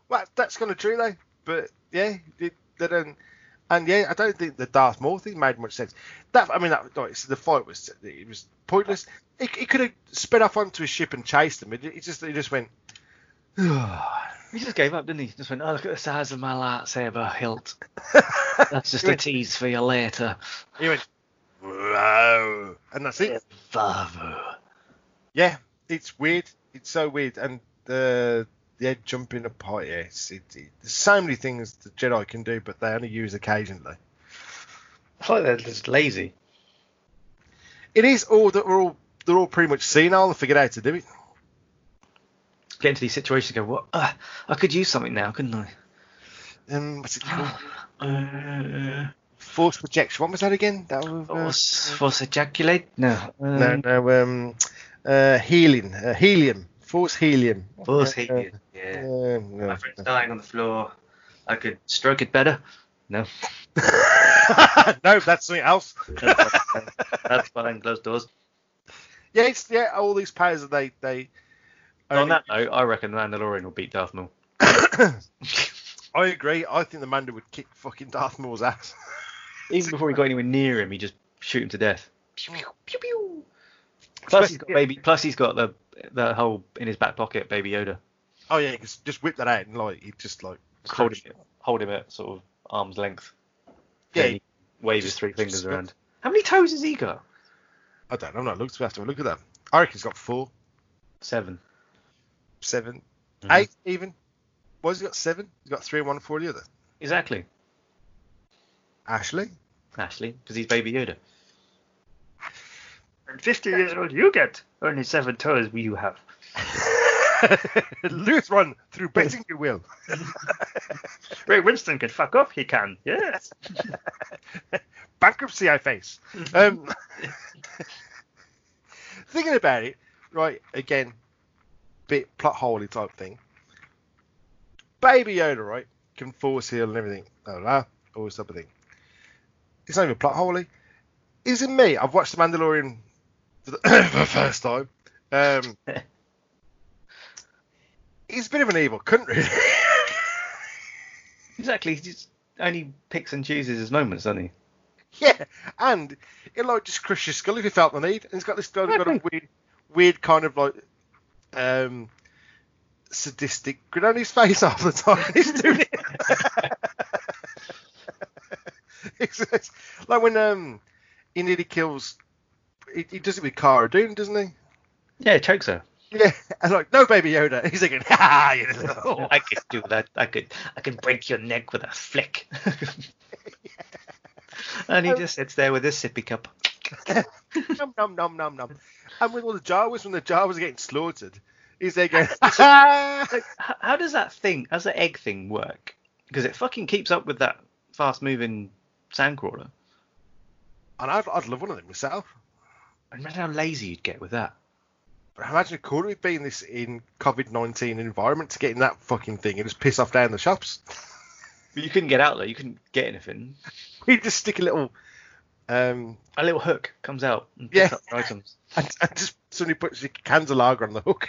[SPEAKER 7] well, that's kind of true though. But yeah, it, they don't. And yeah, I don't think the Darth Maul thing made much sense. That I mean, that like, so the fight was it was pointless. It, it could have sped off onto a ship and chased them. It, it just it just went.
[SPEAKER 8] He just gave up, didn't he? Just went, oh, look at the size of my lightsaber hilt. That's just a tease for you later.
[SPEAKER 7] He went. Wow. And that's it.
[SPEAKER 10] Bravo.
[SPEAKER 7] Yeah, it's weird. It's so weird. And the yeah, jumping apart. Yeah, it's, it, it, there's so many things the Jedi can do, but they only use occasionally.
[SPEAKER 8] I feel like they're just lazy.
[SPEAKER 7] It is all that we're all they're all pretty much senile and figured out how to do it.
[SPEAKER 8] Get into these situations and go, what? Uh, I could use something now, couldn't I?
[SPEAKER 7] Um, what's it called?
[SPEAKER 8] Uh,
[SPEAKER 7] Force projection. What was that again? That was uh,
[SPEAKER 8] force, force ejaculate? No. Um,
[SPEAKER 7] no, no. Um, uh, healing. Uh, helium. Force helium.
[SPEAKER 8] Force
[SPEAKER 7] Uh,
[SPEAKER 8] heat.
[SPEAKER 7] Um,
[SPEAKER 8] Yeah.
[SPEAKER 7] no.
[SPEAKER 8] My friend's dying on the floor. I could stroke it better. No.
[SPEAKER 7] no, that's something else.
[SPEAKER 8] That's behind closed doors.
[SPEAKER 7] Yeah, it's yeah. All these powers that they they.
[SPEAKER 8] On that note, I reckon Mandalorian will beat Darth Maul.
[SPEAKER 7] I agree. I think the Mando would kick fucking Darth Maul's ass.
[SPEAKER 8] Even before he got anywhere near him, he just shoot him to death. Plus he's got baby. Plus he's got the the whole in his back pocket, baby Yoda.
[SPEAKER 7] Oh yeah, just, just whip that out and like he just like
[SPEAKER 8] Just hold him, hold him at sort of arm's length.
[SPEAKER 7] Yeah,
[SPEAKER 8] Then he wave his
[SPEAKER 7] just-
[SPEAKER 8] three fingers
[SPEAKER 7] just-
[SPEAKER 8] around. How many toes has he got?
[SPEAKER 7] I don't know. I'm not looked after. Look at that. I reckon he's got four,
[SPEAKER 8] Seven.
[SPEAKER 7] seven,
[SPEAKER 8] Mhm.
[SPEAKER 7] eight even. Why's he got seven? He's got three and one for the other.
[SPEAKER 8] Exactly,
[SPEAKER 7] Ashley.
[SPEAKER 8] Ashley, because he's baby Yoda.
[SPEAKER 10] And 50 years old you get. Only seven toes you have.
[SPEAKER 7] Lose one through betting you will.
[SPEAKER 10] Ray Winston can fuck off, he can. Yes.
[SPEAKER 7] Bankruptcy I face. Um, thinking about it, right, again, bit plot holey type thing. Baby Yoda, right, can force heal and everything. Blah, blah, blah, all this type of thing. It's not even plot holey. Isn't me. I've watched The Mandalorian for the, for the first time. Um, he's a bit of an evil country.
[SPEAKER 8] Exactly. He just only picks and chooses his moments, doesn't he?
[SPEAKER 7] Yeah, and it like just crushed your skull if you felt the need. And it's got this got, got a weird, weird kind of like um, sadistic grin on his face half the time. He's doing it. it's, it's like when um, he nearly kills. He, he does it with Cara Dune, doesn't he?
[SPEAKER 8] Yeah, chokes her.
[SPEAKER 7] Yeah, and like no baby Yoda. He's thinking, ha ha, you
[SPEAKER 8] Oh.
[SPEAKER 7] little.
[SPEAKER 10] I could do that. I could. I could break your neck with a flick. Oh.
[SPEAKER 8] And he just sits there with his sippy cup.
[SPEAKER 7] nom nom nom nom nom. And with all the Jawas, when the Jawas are getting slaughtered, he's there going, ha ha.
[SPEAKER 8] How, how does that thing, as the egg thing, work? Because it fucking keeps up with that fast-moving sandcrawler.
[SPEAKER 7] And I'd, I'd love one of them myself.
[SPEAKER 8] I imagine how lazy you'd get with that.
[SPEAKER 7] But imagine how cool it would be in this in COVID nineteen environment to get in that fucking thing and just piss off down the shops.
[SPEAKER 8] But you couldn't get out there. You couldn't get anything.
[SPEAKER 7] He'd just stick a little, um,
[SPEAKER 8] A little hook comes out and picks
[SPEAKER 7] Yeah.
[SPEAKER 8] up your items,
[SPEAKER 7] and, and just suddenly puts your cans of lager on the hook.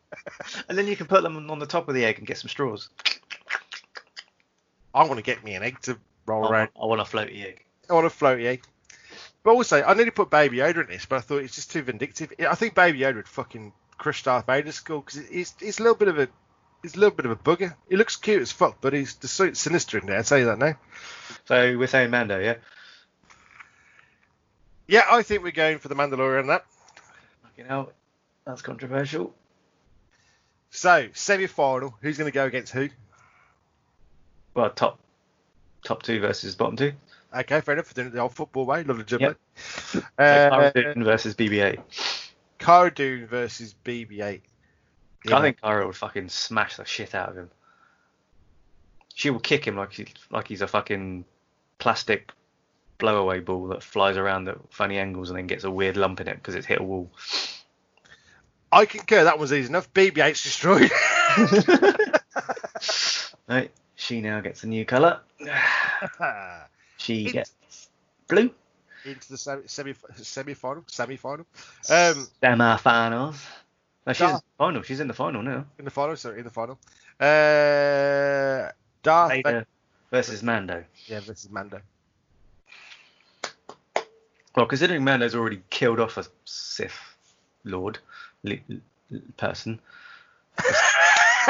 [SPEAKER 8] and then you can put them on the top of the egg and get some straws.
[SPEAKER 7] I want to get me an egg to roll
[SPEAKER 10] Oh.
[SPEAKER 8] I,
[SPEAKER 7] around.
[SPEAKER 8] want- I want a floaty egg.
[SPEAKER 7] I want a floaty egg. But also, I nearly put Baby Yoda in this, but I thought it's just too vindictive. I think Baby Yoda would fucking crush Darth Vader's skull because it's it's a little bit of a it's a little bit of a bugger. He looks cute as fuck, but he's just so sinister in there. I tell you that now.
[SPEAKER 8] So we're saying Mando, yeah.
[SPEAKER 7] Yeah, I think we're going for the Mandalorian on that.
[SPEAKER 8] Fucking hell, that's controversial.
[SPEAKER 7] So semi-final, who's going to go against who?
[SPEAKER 8] Well, top top two versus bottom two.
[SPEAKER 7] Okay, fair enough. Doing it the old football way, lovely jibber.
[SPEAKER 8] So
[SPEAKER 7] Uh,
[SPEAKER 8] Cara Dune versus BB-8.
[SPEAKER 7] Cara Dune versus BB-8.
[SPEAKER 8] I think Cara would fucking smash the shit out of him. She will kick him like he, like he's a fucking plastic blowaway ball that flies around at funny angles and then gets a weird lump in it because it's hit a wall.
[SPEAKER 7] I concur. That one's easy enough. BB-8's destroyed.
[SPEAKER 8] Right, she now gets a new colour. She
[SPEAKER 7] It's-
[SPEAKER 8] gets blue.
[SPEAKER 7] into the semi semi semi final semi final um
[SPEAKER 8] Semi-finals. No, she's in
[SPEAKER 7] Darth-
[SPEAKER 8] the final. She's in the final now.
[SPEAKER 7] in the final sorry in the final uh Darth Vader.
[SPEAKER 8] Vader versus Mando.
[SPEAKER 7] yeah this is Mando
[SPEAKER 8] Well, considering Mando's already killed off a Sith Lord li- li- person,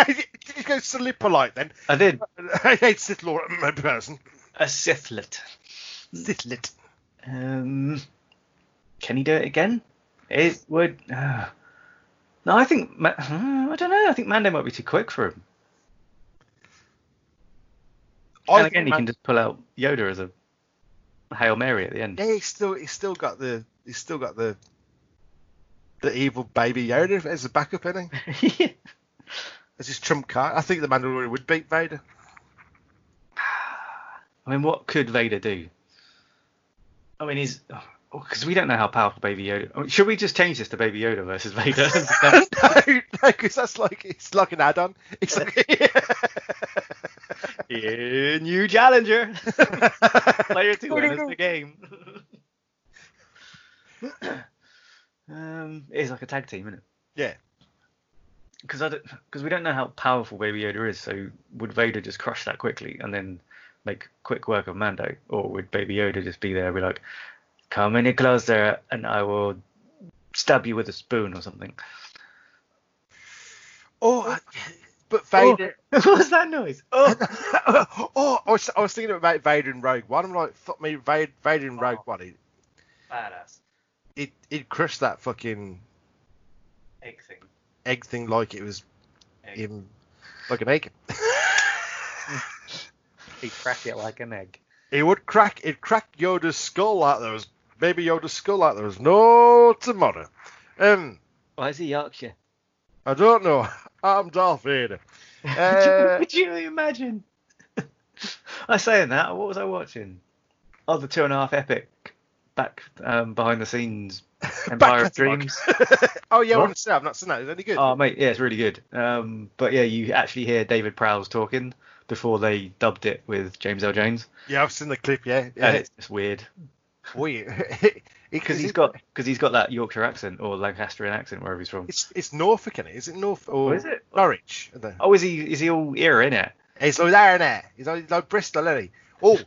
[SPEAKER 7] did you go suddenly polite then
[SPEAKER 8] I did
[SPEAKER 7] I hate Sith Lord my person
[SPEAKER 8] a Sithlet.
[SPEAKER 7] Sith lit
[SPEAKER 8] Um, can he do it again? It would. Uh, no, I think. Ma- uh, I don't know. I think Mando might be too quick for him.
[SPEAKER 7] I
[SPEAKER 8] and
[SPEAKER 7] think
[SPEAKER 8] again, you
[SPEAKER 7] Man-
[SPEAKER 8] can just pull out Yoda as a hail mary at the end.
[SPEAKER 7] yeah he's still he's still got the he's still got the the evil baby Yoda as a backup in it as his trump card I think the Mandalorian would beat Vader
[SPEAKER 8] I mean, what could Vader do? I mean, he's because we don't know how powerful Baby Yoda. I mean, should we just change this to Baby Yoda versus Vader?
[SPEAKER 7] no because that's like it's like an add-on it's like
[SPEAKER 8] Yeah, new challenger. Player two
[SPEAKER 7] No, no,
[SPEAKER 8] enters
[SPEAKER 7] no.
[SPEAKER 8] the game. um, it is like a tag team, isn't it?
[SPEAKER 7] Yeah.
[SPEAKER 8] Because I because we don't know how powerful Baby Yoda is, so would Vader just crush that quickly and then make quick work of Mando, or would Baby Yoda just be there, and be like, "Come any closer, and I will stab you with a spoon or something."
[SPEAKER 7] Oh, but Vader.
[SPEAKER 8] what was that noise? Oh,
[SPEAKER 7] Oh, I, was, I was thinking about Vader and Rogue One. I'm like, fuck me, Vader, Vader and Rogue One. It,
[SPEAKER 8] badass
[SPEAKER 7] it, it crushed that fucking
[SPEAKER 8] egg thing.
[SPEAKER 7] egg thing like it was
[SPEAKER 8] Egg.
[SPEAKER 7] in, like an egg.
[SPEAKER 8] He cracked it like an egg.
[SPEAKER 7] it would crack. It cracked Yoda's skull like there was baby Yoda's skull like there was no tomorrow. Um,
[SPEAKER 8] Why is he Yorkshire?
[SPEAKER 7] I don't know. I'm Darth Vader. Uh,
[SPEAKER 8] Could you imagine? I saying that. What was I watching? Oh, the two and a half epic back um, behind the scenes Empire of
[SPEAKER 7] catalogue.
[SPEAKER 8] Dreams.
[SPEAKER 7] oh yeah, I
[SPEAKER 8] What?
[SPEAKER 7] want to say I've not seen that. Is that any good?
[SPEAKER 8] oh mate, yeah, it's really good. Um, but yeah, you actually hear David Prowse talking before they dubbed it with James L. Jones,
[SPEAKER 7] yeah, I've seen the clip. Yeah,
[SPEAKER 8] and
[SPEAKER 7] yeah.
[SPEAKER 8] Uh, it's just weird
[SPEAKER 7] Weird. Because
[SPEAKER 8] because he's got because he's got that Yorkshire accent or Lancastrian accent wherever he's from.
[SPEAKER 7] It's it's Norfolk, isn't it? Is it North or
[SPEAKER 8] Oh, is it?
[SPEAKER 7] Norwich? I don't know.
[SPEAKER 8] Oh, is he is he all ear in it?
[SPEAKER 7] It's like there and there. It's like, like Bristol, isn't he? Oh,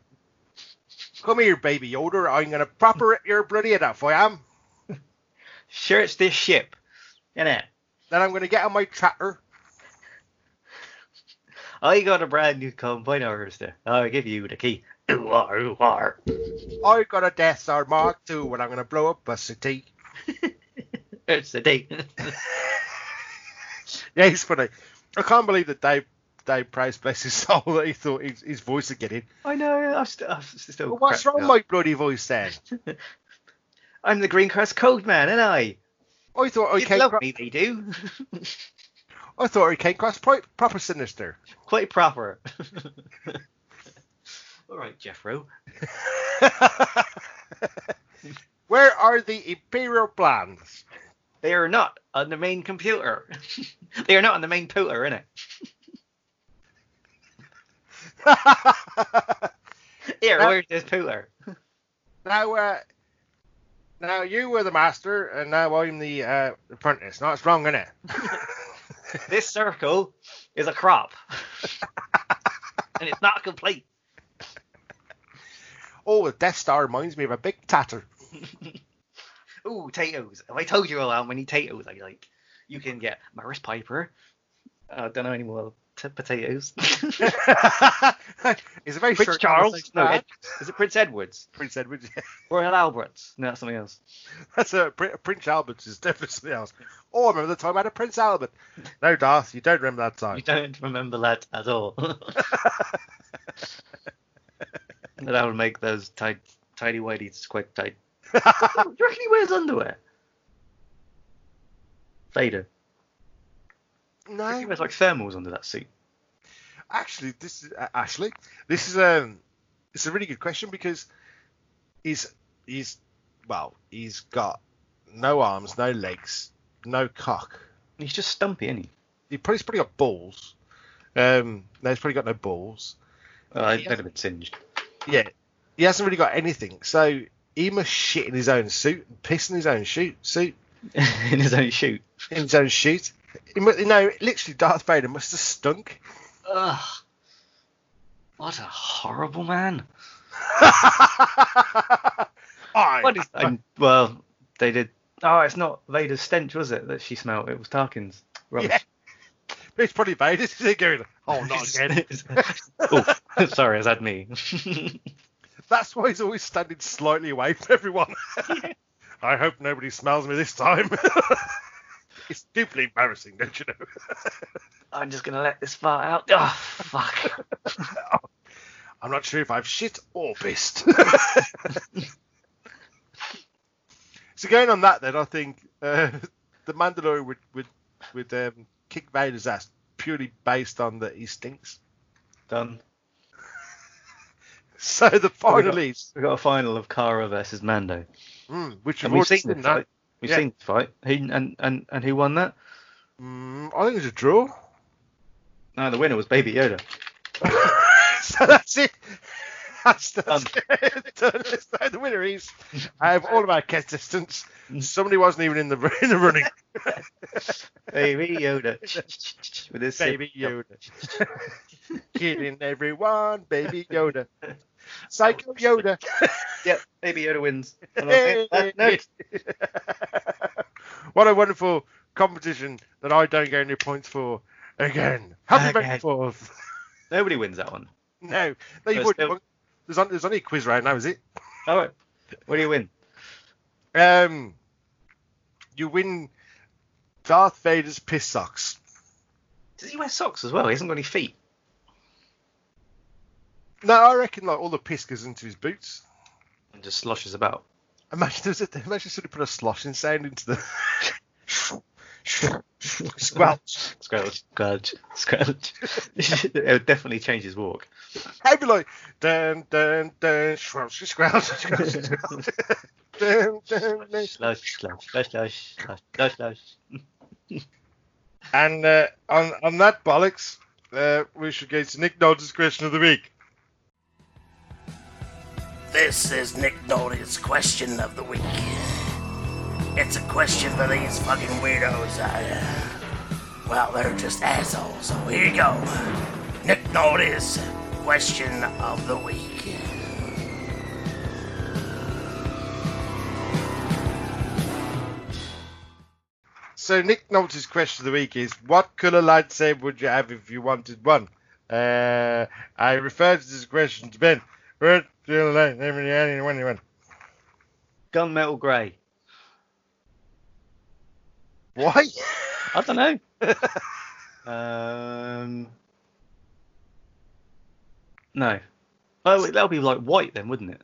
[SPEAKER 7] come here, baby Yoda. I'm gonna proper rip your bloody head off. I am.
[SPEAKER 8] Sure, it's this ship, innit?
[SPEAKER 7] Then I'm gonna get on my tractor.
[SPEAKER 8] I Oh, got a brand new combine harvester. I'll Oh, give you the key. Ooh, ah, ooh, ah.
[SPEAKER 7] I got a Death Star Mark II, and I'm gonna blow up a city.
[SPEAKER 8] It's the day.
[SPEAKER 7] Yeah, he's funny. I can't believe that Dave Dave Price, bless his soul, that he thought his, his voice would get in.
[SPEAKER 8] I know. I'm st- I'm st- still.
[SPEAKER 7] But what's
[SPEAKER 8] cracking
[SPEAKER 7] wrong with
[SPEAKER 8] up.
[SPEAKER 7] my bloody voice then?
[SPEAKER 8] I'm the Green Crest Code Man, and I.
[SPEAKER 7] I thought I
[SPEAKER 8] They
[SPEAKER 7] came.
[SPEAKER 8] love
[SPEAKER 7] cro-
[SPEAKER 8] me, they do.
[SPEAKER 7] I thought I came across pro- proper sinister.
[SPEAKER 8] Quite proper. All right, Jeffro.
[SPEAKER 7] Where are the imperial plans?
[SPEAKER 8] They are not on the main computer. they are not on the main pooter, innit? Here,
[SPEAKER 7] That-
[SPEAKER 8] where's this pooter?
[SPEAKER 7] now, uh, now you were the master, and now I'm the uh, apprentice. No, it's wrong, innit?
[SPEAKER 8] This circle is a crop. and it's not complete.
[SPEAKER 7] Oh, the Death Star reminds me of a big tatter.
[SPEAKER 8] Ooh, Tato's. If I told you how many Tato's I like, you can get Maris Piper. I don't know any more t- potatoes.
[SPEAKER 7] it's a very
[SPEAKER 8] Prince
[SPEAKER 7] short
[SPEAKER 8] Charles?
[SPEAKER 7] conversation.
[SPEAKER 8] No, Ed- is it Prince Edwards?
[SPEAKER 7] Prince Edward.
[SPEAKER 8] Royal Alberts? No, that's something else.
[SPEAKER 7] That's a Prin- Prince Albert is definitely something else. Oh, I remember the time I had a Prince Albert. No, Darth, you don't remember that
[SPEAKER 8] You
[SPEAKER 7] time.
[SPEAKER 8] don't remember that at all. that would make those tight, tidy whities quite tight. Do you reckon he wears underwear? Vader. Do you reckon He
[SPEAKER 7] No,
[SPEAKER 8] wears like thermals under that suit.
[SPEAKER 7] actually, this is uh, Ashley. This is um, it's a really good question because he's he's well, he's got no arms, no legs, no cock.
[SPEAKER 8] He's just stumpy, isn't he?
[SPEAKER 7] He probably, he's probably got balls. Um, no, he's probably got no balls.
[SPEAKER 8] Uh,
[SPEAKER 7] He
[SPEAKER 8] they'd have been singed.
[SPEAKER 7] Yeah, he hasn't really got anything. So he must shit in his own suit and piss in his own shoot suit.
[SPEAKER 8] in his own shoot.
[SPEAKER 7] in his own shoot. He mu- You know, literally, Darth Vader must have stunk.
[SPEAKER 8] Ugh. What a horrible man.
[SPEAKER 7] I,
[SPEAKER 8] What is i well, they did. Oh, it's not Vader's stench, was it, that she smelled? It was Tarkin's. Rubbish.
[SPEAKER 7] Yeah. it's probably Vader. He's going, oh, not
[SPEAKER 8] Not
[SPEAKER 7] again.
[SPEAKER 8] again. oh, sorry, is that me?
[SPEAKER 7] That's why he's always standing slightly away from everyone. I hope nobody smells me this time. it's deeply embarrassing, don't you know?
[SPEAKER 8] I'm just gonna let this fart out. Oh, fuck.
[SPEAKER 7] I'm not sure if I've shit or pissed. so going on that, then I think uh, the Mandalorian would would would um, kick Vader's ass purely based on that he stinks.
[SPEAKER 8] Done.
[SPEAKER 7] So
[SPEAKER 8] Oh,
[SPEAKER 7] the final
[SPEAKER 8] got-
[SPEAKER 7] is,
[SPEAKER 8] We got a final of Kara versus Mando.
[SPEAKER 7] mm, which
[SPEAKER 8] And
[SPEAKER 7] we've
[SPEAKER 8] we've
[SPEAKER 7] already
[SPEAKER 8] seen
[SPEAKER 7] seen
[SPEAKER 8] this
[SPEAKER 7] that.
[SPEAKER 8] fight. We've
[SPEAKER 7] Yeah.
[SPEAKER 8] seen this fight. Who and, and, and who won that?
[SPEAKER 7] Mm, I think it's a draw.
[SPEAKER 8] No, Ah, the winner was Baby Yoda.
[SPEAKER 7] so that's it. That's, that's
[SPEAKER 8] Done.
[SPEAKER 7] it. Done. So the winner is out of all of our contestants.
[SPEAKER 8] Mm.
[SPEAKER 7] Somebody wasn't even in the in the running.
[SPEAKER 8] Baby Yoda. With his
[SPEAKER 7] Baby Yoda. Killing everyone, baby Yoda. Psycho Yoda.
[SPEAKER 8] Yep, Baby Yoda wins. And I'll
[SPEAKER 7] Hey.
[SPEAKER 8] take that note.
[SPEAKER 7] what a wonderful competition that I don't get any points for again. Happy back
[SPEAKER 8] Okay.
[SPEAKER 7] and forth.
[SPEAKER 8] Nobody wins that one.
[SPEAKER 7] No, no, you
[SPEAKER 8] There's
[SPEAKER 7] would.
[SPEAKER 8] still-
[SPEAKER 7] There's, on, there's only a quiz round now, is it?
[SPEAKER 8] All right. What do you win?
[SPEAKER 7] Um, you win Darth Vader's piss socks.
[SPEAKER 8] Does he wear socks as well? He hasn't got any feet.
[SPEAKER 7] No, I reckon like all the piss goes into his boots.
[SPEAKER 8] And just sloshes about.
[SPEAKER 7] Imagine there's a, imagine somebody put a sloshing sound into the squelch.
[SPEAKER 8] Scratch, scratch, scratch. it would definitely change his walk.
[SPEAKER 7] I'd be like dun dun dun squelch squelch squelch squelch. dun, dun, dun.
[SPEAKER 8] Slush, slush, slush, slush, slush, slush, slush.
[SPEAKER 7] And uh, on on that bollocks, uh, we should go to Nick Nodge's question of the week.
[SPEAKER 12] This is Nick Nolte's question of the week. It's a question for these fucking weirdos. I, uh, well, they're just assholes. So here you go. Nick Nolte's question of the week.
[SPEAKER 7] So Nick Nolte's question of the week is: What color lightsaber would you have if you wanted one? Uh, I referred to this question to Ben. What color lightsaber do you want?
[SPEAKER 8] Gunmetal grey.
[SPEAKER 7] Why?
[SPEAKER 8] I don't know. um, no. Oh, that'll be like white then, wouldn't it?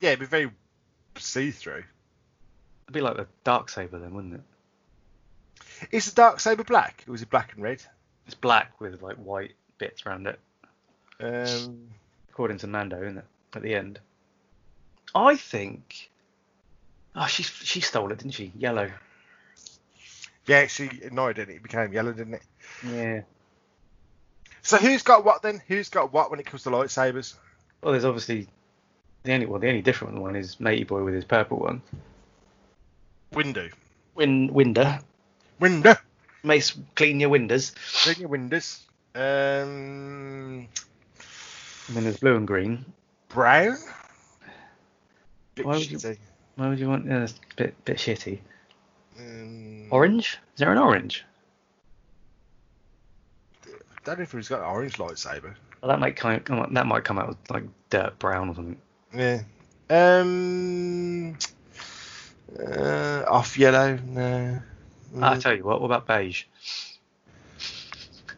[SPEAKER 7] Yeah, it'd be very see-through.
[SPEAKER 8] It'd be like the dark saber then, wouldn't it?
[SPEAKER 7] Is the dark saber black? Or is it black and red?
[SPEAKER 8] It's black with like white bits around it.
[SPEAKER 7] Um,
[SPEAKER 8] according to Mando, isn't it? At the end, I think. Oh, she she stole it, didn't she? Yellow.
[SPEAKER 7] Yeah, she annoyed it. It became yellow, didn't it?
[SPEAKER 8] Yeah.
[SPEAKER 7] So who's got what then? Who's got what when it comes to lightsabers?
[SPEAKER 8] Well, there's obviously the only well the only different one is Matey Boy with his purple one.
[SPEAKER 7] Window.
[SPEAKER 8] Win Winder.
[SPEAKER 7] Window.
[SPEAKER 8] Mace, clean your windows.
[SPEAKER 7] Clean your windows. Um.
[SPEAKER 8] And then there's blue and green.
[SPEAKER 7] Brown. Bit
[SPEAKER 8] Why would you-
[SPEAKER 7] shitty.
[SPEAKER 8] Why would you want? Yeah, that's a bit bit shitty.
[SPEAKER 7] Um,
[SPEAKER 8] Orange? Is there an orange?
[SPEAKER 7] I don't know if he's got an orange lightsaber.
[SPEAKER 8] Well, that might come come out- that might come out with like dirt brown or something.
[SPEAKER 7] Yeah. Um. Uh, off yellow. No. Mm.
[SPEAKER 8] Ah, I tell you what. What about beige?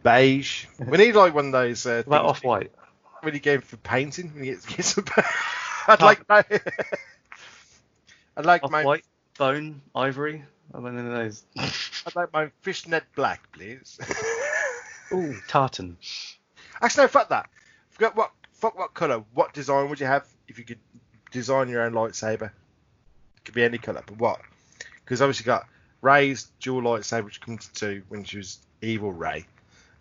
[SPEAKER 7] Beige. We need like one of those. Uh,
[SPEAKER 8] What about
[SPEAKER 7] things
[SPEAKER 8] off white?
[SPEAKER 7] when you go for painting, when you get, get some. I'd like. my- I'd like
[SPEAKER 8] Off
[SPEAKER 7] my.
[SPEAKER 8] white? Bone? Ivory? I don't know those.
[SPEAKER 7] I'd like my fishnet black, please.
[SPEAKER 8] Ooh, tartan.
[SPEAKER 7] Actually, no, fuck that. Forget what. Fuck what color. What design would you have if you could design your own lightsaber? It could be any color, but what? Because obviously you got Ray's dual lightsaber, which comes to two when she was evil Ray.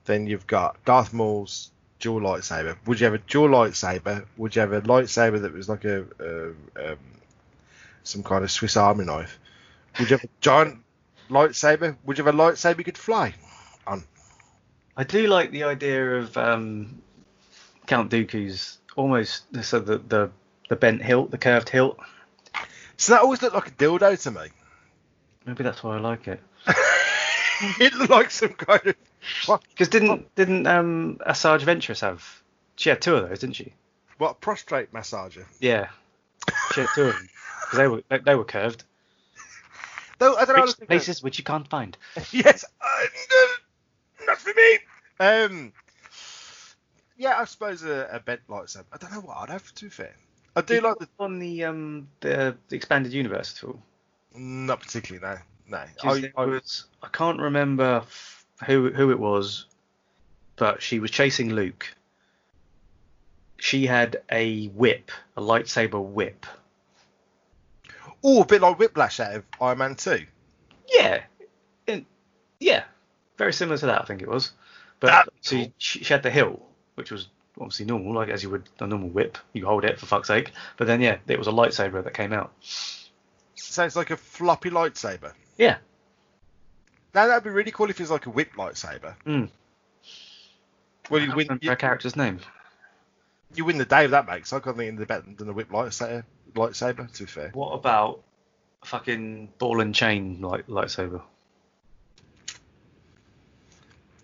[SPEAKER 7] Then you've got Darth Maul's dual lightsaber. Would you have a dual lightsaber? Would you have a lightsaber that was like a, a um, some kind of Swiss Army knife? Would you have a giant lightsaber? Would you have a lightsaber you could fly?
[SPEAKER 8] I do like the idea of um, Count Dooku's almost so the, the the bent hilt, the curved hilt.
[SPEAKER 7] So that always looked like a dildo to me.
[SPEAKER 8] Maybe that's why I like it.
[SPEAKER 7] it looked like some kind of.
[SPEAKER 8] Because
[SPEAKER 7] Oh.
[SPEAKER 8] didn't didn't um, Asajj Ventress have? She had two of those, didn't she?
[SPEAKER 7] What a prostrate massager?
[SPEAKER 8] Yeah, she had two of them. 'Cause they were they, they were curved.
[SPEAKER 7] Though I don't know. how to
[SPEAKER 8] Which
[SPEAKER 7] think
[SPEAKER 8] places which you can't find.
[SPEAKER 7] of- Yes, uh, no, not for me. Um, yeah, I suppose a, a bent lightsaber. I don't know what I'd have to be fair. I do like the
[SPEAKER 8] on the um the, the expanded universe at all.
[SPEAKER 7] not particularly no no.
[SPEAKER 8] 'Cause
[SPEAKER 7] I,
[SPEAKER 8] there
[SPEAKER 7] I,
[SPEAKER 8] was- I can't remember f- who who it was, but she was chasing Luke. She had a whip, a lightsaber whip.
[SPEAKER 7] oh, a bit like Whiplash out of Iron Man Two.
[SPEAKER 8] Yeah, In- yeah, very similar to that, I think it was. But
[SPEAKER 7] That's
[SPEAKER 8] she, she she had the hilt, which was obviously normal, like as you would a normal whip. You hold it for fuck's sake. But then yeah, it was a lightsaber that came out.
[SPEAKER 7] So it's like a floppy lightsaber.
[SPEAKER 8] Yeah,
[SPEAKER 7] Now that'd be really cool if it was like a whip lightsaber.
[SPEAKER 8] Mm.
[SPEAKER 7] Well,
[SPEAKER 8] I
[SPEAKER 7] you
[SPEAKER 8] can't
[SPEAKER 7] win,
[SPEAKER 8] remember
[SPEAKER 7] you,
[SPEAKER 8] her character's name.
[SPEAKER 7] you win the day with that, mate. So I can't think of anything better than the whip lightsaber. Lightsaber, to be fair.
[SPEAKER 8] What about fucking ball and chain light, lightsaber?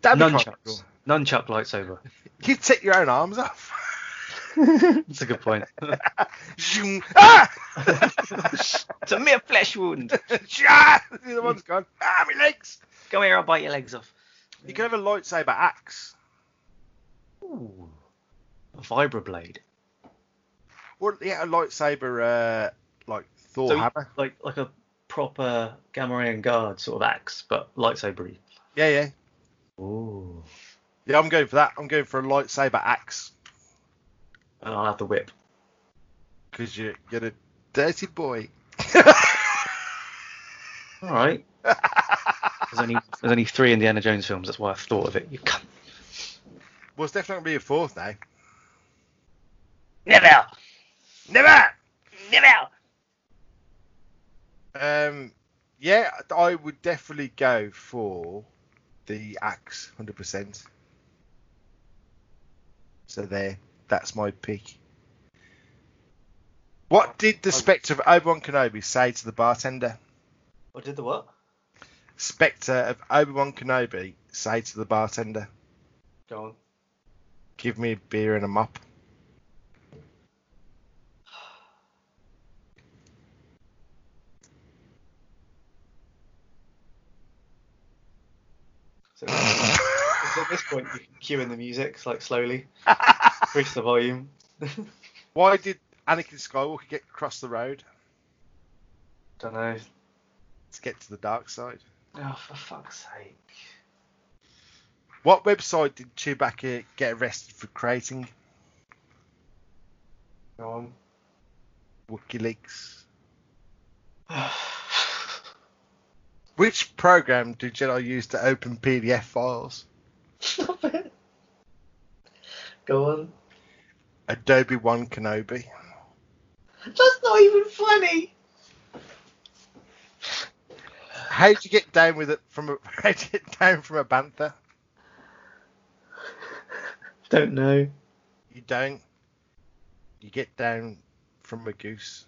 [SPEAKER 7] That'd be quite cool.
[SPEAKER 8] Nunchucks. Nunchuck lightsaber.
[SPEAKER 7] You take your own arms off.
[SPEAKER 8] That's a good point.
[SPEAKER 7] Zoom. ah!
[SPEAKER 8] it's a mere flesh wound.
[SPEAKER 7] Ah! the other one's gone. Ah, my legs.
[SPEAKER 8] Come here, I'll bite your legs off.
[SPEAKER 7] You could have a lightsaber axe.
[SPEAKER 8] Ooh. A vibroblade.
[SPEAKER 7] Or yeah, a lightsaber uh, like Thor
[SPEAKER 8] So you-
[SPEAKER 7] hammer.
[SPEAKER 8] Like like a proper Gamorrean guard sort of axe, but lightsabery.
[SPEAKER 7] Yeah, yeah,
[SPEAKER 8] Ooh.
[SPEAKER 7] yeah. I'm going for that. I'm going for a lightsaber axe
[SPEAKER 8] And I'll have the whip.
[SPEAKER 7] because you, you're a dirty boy.
[SPEAKER 8] All right. there's only there's only three Indiana Jones films. That's why I thought of it. You can't.
[SPEAKER 7] Well, it's definitely gonna be a fourth now.
[SPEAKER 10] Never!
[SPEAKER 7] Never.
[SPEAKER 10] Never!
[SPEAKER 7] Um, yeah, I would definitely go for the axe, hundred percent. So there, that's my pick. What did the spectre of Obi Wan Kenobi say to the bartender?
[SPEAKER 8] Oh, What did the what?
[SPEAKER 7] spectre of Obi Wan Kenobi say to the bartender?
[SPEAKER 8] Go on.
[SPEAKER 7] Give me a beer and a mop.
[SPEAKER 8] So at this point, you can cue in the music, it's like slowly. Increase the volume.
[SPEAKER 7] Why did Anakin Skywalker get across the road
[SPEAKER 8] Don't know.
[SPEAKER 7] to get to the dark side?
[SPEAKER 8] Oh, for fuck's sake.
[SPEAKER 7] What website did Chewbacca get arrested for creating?
[SPEAKER 8] Go on.
[SPEAKER 7] WikiLeaks. Which program do Jedi use to open PDF files?
[SPEAKER 8] Stop it. Go on.
[SPEAKER 7] Adobe One Kenobi.
[SPEAKER 8] That's not even funny.
[SPEAKER 7] How'd you get down with it from a how'd you get down from a bantha?
[SPEAKER 8] Don't know.
[SPEAKER 7] You don't. You get down from a goose.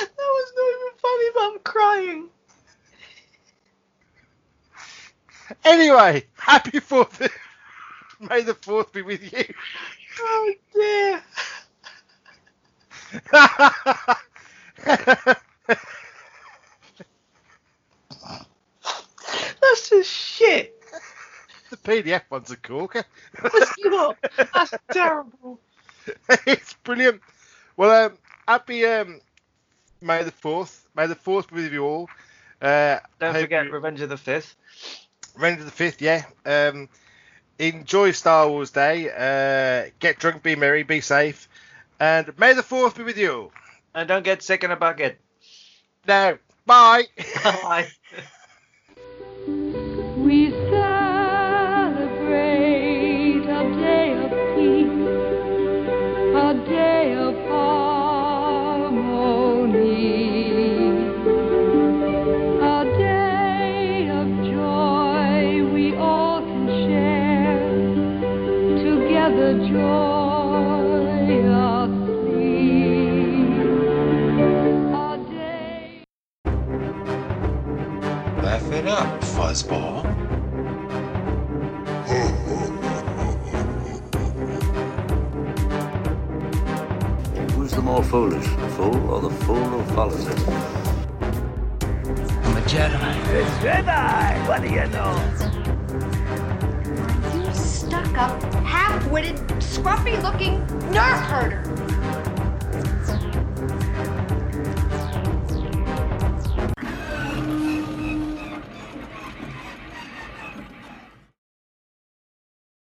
[SPEAKER 10] That was not even funny, but I'm crying.
[SPEAKER 7] Anyway, happy fourth. May the fourth be with you.
[SPEAKER 10] Oh dear. That's just shit.
[SPEAKER 7] the PDF one's a corker.
[SPEAKER 10] That's not. That's terrible.
[SPEAKER 7] it's brilliant. Well, um, happy um, May the fourth. May the fourth be with you all. Uh,
[SPEAKER 8] Don't
[SPEAKER 7] hope
[SPEAKER 8] forget
[SPEAKER 7] you-
[SPEAKER 8] Revenge of the Fifth.
[SPEAKER 7] Revenge of the Fifth, yeah. Um, enjoy Star Wars Day. Uh, get drunk, be merry, be safe, and may the fourth be with you.
[SPEAKER 8] And don't get sick in a bucket.
[SPEAKER 7] Now, bye.
[SPEAKER 8] Bye.
[SPEAKER 14] We celebrate a day of peace, a day of harmony, a day of joy we all can share. Together, joyously. A
[SPEAKER 1] Laugh it up, fuzzball.
[SPEAKER 2] Who's the more foolish, the fool or the fool who follows him?
[SPEAKER 12] I'm a Jedi.
[SPEAKER 9] A Jedi! What do you know?
[SPEAKER 5] You stuck up, half witted, scruffy looking nerf herder.